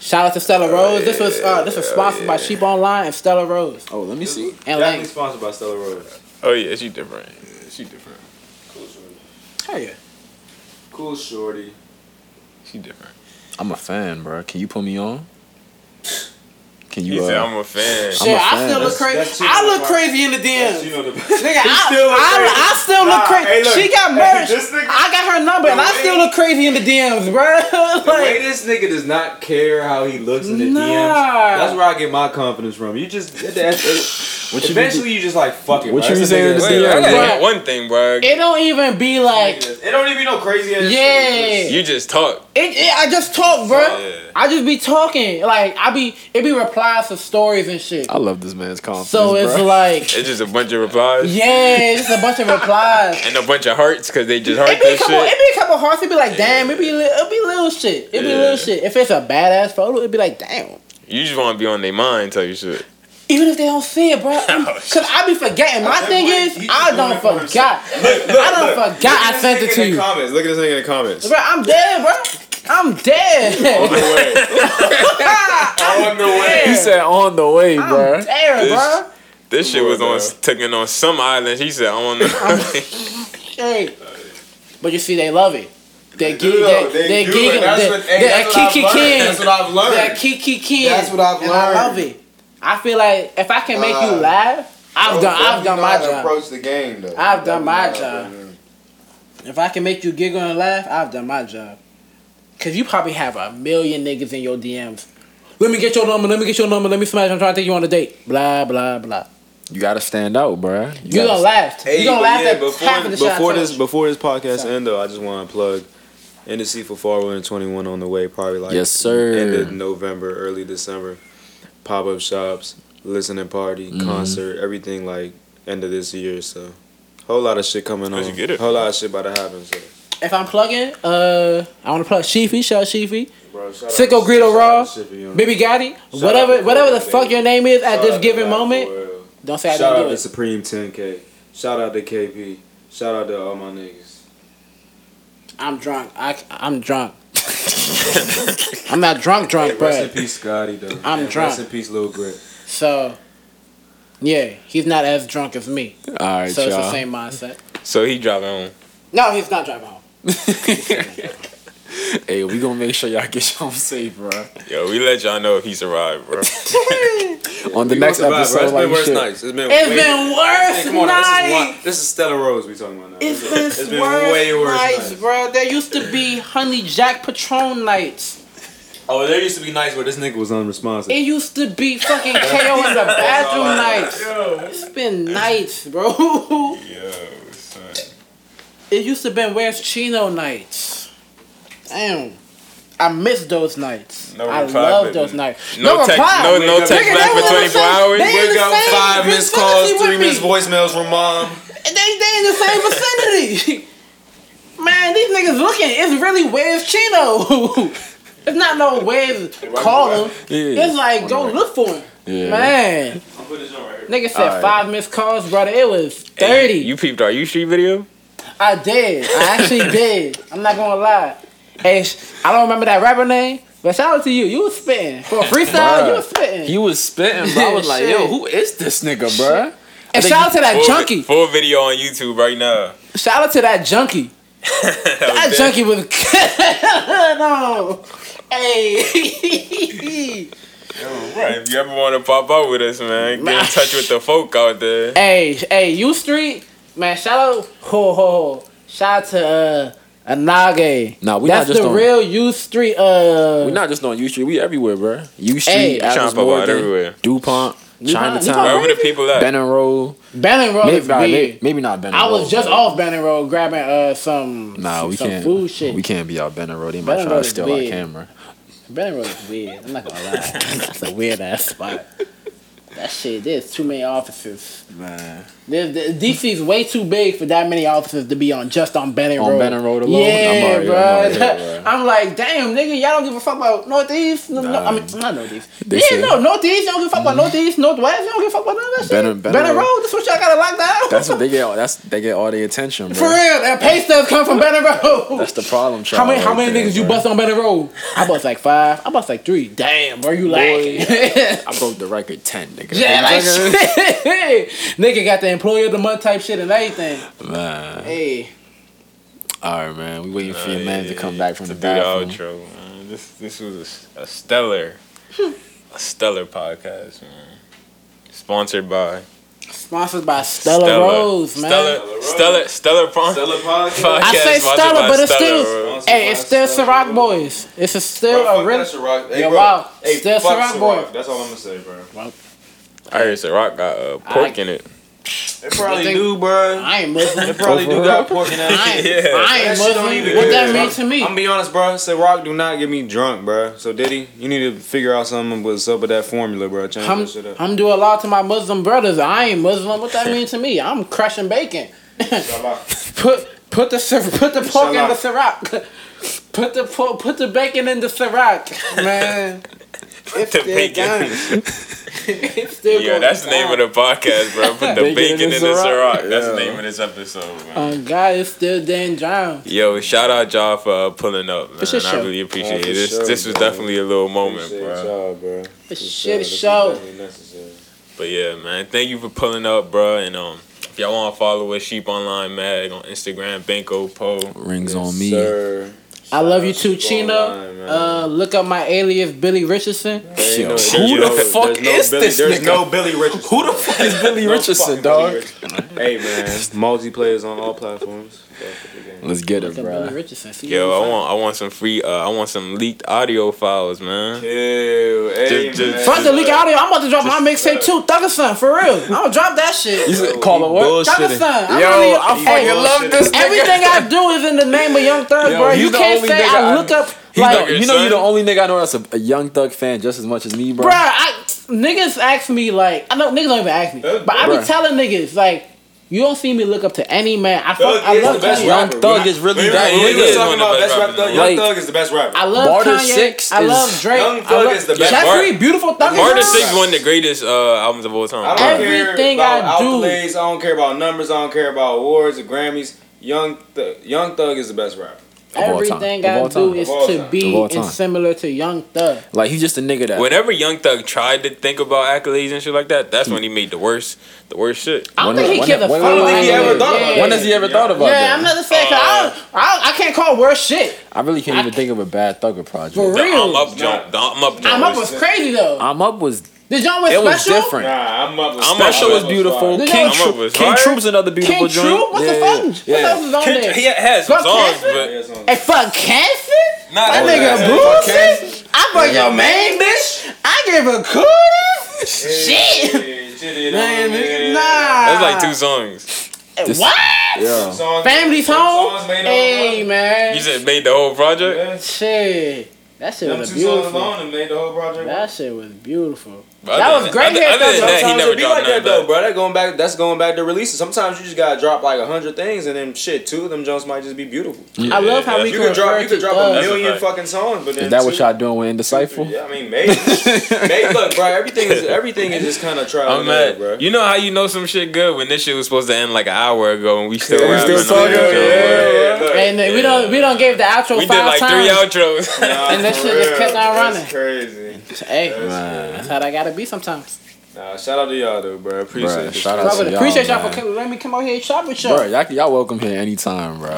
Shout out to Oh, Stella Rose. this was uh, this was sponsored by Sheep Online and Stella Rose Oh, let me see. and Definitely Lang. sponsored by Stella Rose. Oh yeah, she different. Yeah, She different. Cool shorty. Oh yeah. Cool shorty. She different. I'm a fan, bro. Can you put me on? Can He you? said Uh, I'm a fan. I'm Shit, a I fan. still That's- look that's crazy. Sheep I look Online. crazy in the DMs. You know the Nigga, I, still look I, crazy. I still look Nah, crazy. hey, look. she got Hey, married. this nigga- I got her number, and I way- still look crazy in the DMs, bro. The way like, this nigga does not care how he looks in the Nah. DMs. That's where I get my confidence from. You just that's, What you be- eventually you just like fuck it. What bro. you That's be a saying nigga to Wait, Yeah, I gotta yeah. hit one thing, bro. it don't even be like that's- It don't even be no crazy ass. shit. Yeah. You just talk. It, it, I just talk, bro. Oh, Yeah. I just be talking. Like I be, it be replies to stories and shit. I love Oh, this man's confidence. So it's bro. like, It's just a bunch of replies yeah, it's a bunch of replies. and a bunch of hearts because they just heart It be a that couple, shit. it be a couple hearts. It be like, damn. It be, li- it be little shit. It be Yeah. little shit. If it's a badass photo, it be like, damn. You just want to be on their mind, tell you shit. Even if they don't see it, bro. Because I be forgetting. My that thing point, is, you just I doing don't it for forget. I don't forget I sent it to you. In the comments. Look at this nigga in the comments. Bro, I'm dead, bro. I'm On the dead. way. On the way. He said on the way, I'm bro. dead, This- bro. This shit was Lord, on taken on some island. He said, "I want to." Hey. But you see, they love it. They do, geek, they, though. they, They do, geek, and that's they, what- they, hey, that's what I've kiki learned. king. That's what I've learned. That kiki king. That's what I've And I love learned. it. I feel like if I can make Uh, you laugh, I've done, I've done my job. Approach the game though. I've done my job. If I can make you giggle and laugh, I've done my job. Cause you probably have a million niggas in your DMs. Let me get your number. Let me get your number. Let me smash. I'm trying to take you on a date. Blah blah blah. You gotta stand out, bro. You, gotta gonna laugh. Hey, you gonna but laugh yeah, at before, half of the shit I before told this you. before this podcast Sorry. end though, I just want to plug NDC for Farwell and Twenty One on the way, probably like Yes, sir. end of November, early December. Pop up shops, listening party, Mm-hmm. concert, everything like end of this year. So whole lot of shit coming on. Where'd you get it Whole lot of shit about to happen. So. If I'm plugging, uh, I want to plug Sheefy. Shout out Sheefy. Bro, shout out Sicko to- Greedo shout Raw, out to Shippy, you know. Baby Gotti. Shout out whatever, to whatever the Kobe, fuck baby. your name is at Shout this out to given Black moment. Foil. Don't say I Shout didn't out do to it. Supreme 10K. Shout out to KP. Shout out to all my niggas. I'm drunk. I am drunk. I'm not drunk, drunk, bro. Rest in peace, Scotty. Though I'm And drunk. Rest in peace, Lil Grit. So, yeah, he's not as drunk as me. All right, So it's the y'all. same mindset. so he driving home. No, he's not driving home. hey, we gonna make sure y'all get home safe, bro. Yo, we let y'all know if he survived, bro. On the We next gonna survive, bro. episode, like It's shit. been worse nights. It's been. It's way- been Hey, worse come on, now, this is one. nights. This is Stella Rose we talking about now. It's This been, is- it's been worse way worse nights, nights. bro. There used to be Honey Jack Patron nights. Oh, there used to be nights where this nigga was unresponsive. It used to be fucking KO in the bathroom nights. It's been nights, bro. Yo, son. It used to been Where's Chino nights. Damn. I miss those nights. No I reply love button. those nights. No, text. reply. No, no Nigga, text they back were the for twenty four same- hours. they in We the got same five missed calls, vicinity three with missed me. voicemails from mom. They they in the same vicinity. Man, these niggas looking. It's really where's Chino? it's not no where's call him. Yeah. It's like go look for him. Yeah. Man, nigga said Alright. five missed calls, brother. It was thirty. You peeped our U Street video? I did. I actually did. I'm not gonna lie. Hey, sh- I don't remember that rapper name, but shout out to you. You was spitting for a freestyle. Bruh. you was spitting. He was spitting, bro. I was like, Shit. yo, who is this nigga, bro? and think shout out to that Full vi- junkie. Full video on YouTube right now. Shout out to that junkie. That junkie was good. no. Hey. Right. If you ever want to pop out with us, man, get in touch with the folk out there. hey, sh- hey, U Street, man, shout out ho ho ho. Shout out to uh Anage. Nah, we That's not just the on- real U Street uh We not just on U Street. We everywhere, bro. U Street, Hey. Adams Tryna pop out Morgan, everywhere. DuPont, DuPont. Chinatown, Wherever the people at. Benning Road. Bannon Road Maybe, is nah, Oh, weird. may- maybe not Benning I Road. was just but- off Bannon Road grabbing uh some Nah, some, we some can't. food shit. We can't be out Benning Road. They might Benning try Road to is steal our big. camera. Bannon Road is weird. I'm not gonna lie, that's a weird ass spot. That shit, there's too many offices. Man. There's, there- DC's way too big for that many offices to be on just on Bannon On Road. Benning Road alone? I'm Yeah, already- I'm bro. already I'm, here, bro. like, damn, nigga, y'all don't give a fuck about Northeast. No, no, I mean, not Northeast. They yeah, say- no, Northeast. Y'all don't give a fuck about Northeast, Northwest. Y'all don't give a fuck about none of that Benning- shit. Benning Bannon, Road. Road. That's what y'all gotta lock down. That's what they get. All, that's they get all the attention, For bro. real, that pay stubs come from Bannon Road. That's the problem, child. How many how right many there, niggas you bro. bust on Better Road? I bust like five. I bust like three. Damn, bro, you lacking. I broke the record ten, nigga. yeah, like Nigga. shit. Nigga got the employee of the month type shit and everything. Man. Hey, All right, man. We waiting for Uh, your man to come back from the to do bathroom. The outro, man. This this was a, a stellar, a stellar podcast, man. Sponsored by sponsored by Stella, Rose, man. Stella, Stella, Stella, Pon- Stella podcast. podcast. I say sponsored Stella, by but it's Stella still- Rose. Hey, it's still Ciroc Boys. It's a still Bro, a fuck real. that Ciroc. Hey, Yeah, bro. wow. Hey, Still fuck Ciroc Ciroc. boy. That's all I'm gonna say, bro. I heard Ciroc got uh, pork I- in it. They probably think- do, bro. I ain't Muslim. They probably do got pork in that. I ain't, Yeah. I ain't That shit Muslim. don't even What get that it. mean to me? I'm gonna be honest, bro. Say rock do not get me drunk, bro. So Diddy, you need to figure out something what's up with that formula, bro. Change I'm, that shit up. I'm do a lot to my Muslim brothers. I ain't Muslim. What that mean to me? I'm crushing bacon. put put the cir- put the pork in the Ciroc. Put the pork, put the bacon in the Ciroc, man. The It's the bacon. gun. Still Yo, that's the name of the podcast, bro. Put the Bacon bacon in and the Ciroc. Ciroc. That's the Yeah. name of this episode, Uh, man. Um, guy is still Dan John. Yo, shout out y'all for uh, pulling up, man. It's your I show. really appreciate Yeah, it. This Uh, for sure, this was man. definitely a little moment, Appreciate bro. y'all, bro. uh, For shit, sure. This is show. definitely necessary. But yeah, man, thank you for pulling up, bro. And um, if y'all want to follow us, Sheep Online Mag on Instagram, Banco Po. Rings Yes, on me. Sir. I love you Shout too, out to Chino. Ballline, man. Uh, look up my alias Billy Richardson. There ain't Yo, who no- there's the no- fuck there's no is Billy- this There's nigga? no Billy Richardson. Who the fuck is Billy No Richardson, fucking dog? Billy Richardson. hey man, multiplayers on all platforms. Fuck with the game. Let's get it, Look up Billy bro. Richardson. See Yo, what I'm I want I want some free. Uh, I want some leaked audio files, man. Ew, hey, Just- just- man. Fuck the leak out here. I'm about to drop my mixtape too. Thugger Son, for real. I'm gonna drop that shit. You said call it what? Thugger bullshitting. Son. I'm Yo, really, I fucking hey, love this nigga. Everything I do is in the name of Young Thug, Yo, bro. he's You the can't only say nigga I I- look up He's like, the- your you know, son? you're the only nigga I know that's a, a young thug fan just as much as me, bro. bro. I niggas ask me like I know niggas don't even ask me, but I be Bruh. telling niggas like. You don't see me look up to any man. I fuck, Thug I is love the best Kanye. rapper. Young Thug is really Wait, that wait, wait, nigga we're is nigga. one of talking the about best best rappers in rapper. the Young world. Thug is the best rapper. I love Barter Kanye. Six I is- love Drake. Young I Thug love is the best. Jeffrey, Bar- beautiful thug. is Barter Young. Six is one of the greatest uh, albums of all I time. don't Everything care I about do. outplays. I don't care about numbers. I don't care about awards or Grammys. Young Thug, Young Thug is the best rapper. Of all time. Everything Of I all do time. is Of all to time. Of be all and time. similar to Young Thug. Like he's just a nigga that Whenever Young Thug tried to think about accolades and shit like that, that's when he made the worst, the worst shit. I don't When think he is- gives a when- fuck. when- I don't think he about ever it. thought about Yeah. when has he ever thought about Yeah, I'm that? not just saying. 'cause I, don't- I, don't- I can't call worse shit. I really can't even think of a bad thugger For project. The real. I'm up jump. The I'm up jump. I'm up was crazy though. I'm up was Did John was Uh, it special? was different. Nah, I'm up. With I'm Thug. up Special was beautiful. Did King, y'all- Tro- I'm up with King fire. Troop's another King beautiful joint. True? What the Yeah, fuck? yeah, What yeah. else is on there? He had some Fuck songs, Kesha? but Hey, Yeah, fuck Cancer? Nah, that that nigga was- Boosie? I fuck your main bitch? I give a kudos? Shit! Man, nah. that's like two songs. This- What? Yeah. Family's home? Hey, man. You just made the whole project. Shit. That shit Them two was songs beautiful. alone and made the whole project. work. That shit was beautiful. But That other was than- great hair Other, other than though. that, he Sometimes never it be dropped like none that of though, that. bro. That going back. That's going back to releases. Sometimes you just gotta drop like a hundred things, and then shit, two of them jumps might just be beautiful. I love how yeah, we You can drop, you refer can to drop a Thug. mil- million fact. fucking songs, but then Is that what two- y'all doing with Indecipher? Yeah, I mean, maybe. maybe look, bro. Everything is everything is just kind of trial I'm and error, mad. bro. You know how you know some shit good when this shit was supposed to end like an hour ago and we still Yeah, we rapping still on this talking, shit, yeah. bro. And we don't we don't gave the outro We did five like three times. outros. Nah, And that for shit just real. kept on That's running. crazy. Hey, Man. that's how that gotta be sometimes. Nah, shout out to y'all though, bro. Appreciate Bruh, it. shout So I out would to y'all. appreciate y'all, for man. co- letting me come out here and shop with y'all. Bruh, y'all, y'all welcome here anytime, bro.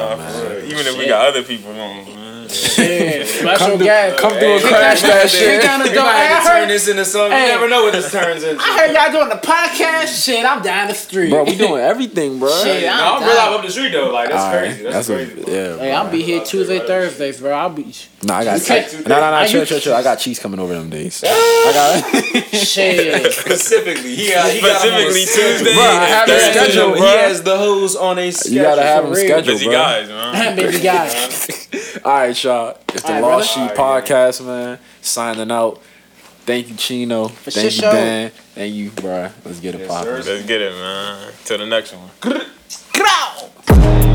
Even if we got other people on, man. Yeah, special Come, guest. do, come do a Hey, crash kick that that shit. down the We door. might have to I heard- turn this into something. Hey. You never know what this turns into. I heard y'all doing the podcast. Shit, I'm down the street. Bro, we doing everything, bro. Shit, I'm Nah, I'm down. real life up the street though. Like that's All right, crazy. That's, crazy. A, yeah, Hey, I'll bro. be here Tuesday, Right. Thursdays, bro. I'll be Nah, I got can't cheese. do Nah, nah, nah, that. chill, You- chill, chill. I got cheese coming over them days. I got shit. Specifically, yeah, he got him on a Specifically schedule. Tuesday. Bruh, I have and a Thursday. schedule, He bruh. has the hoes on a schedule. You gotta have them real. scheduled, Busy bro. guys, man. Baby guy. All right, y'all. It's the All right, Lost brother. Sheep All right, Podcast, man. Signing out. Thank you, Chino. Thank you, sure. Dan. Thank you, bro. Let's get it Yes, poppin'. sir. Let's get it, man. Till the next one. Growl.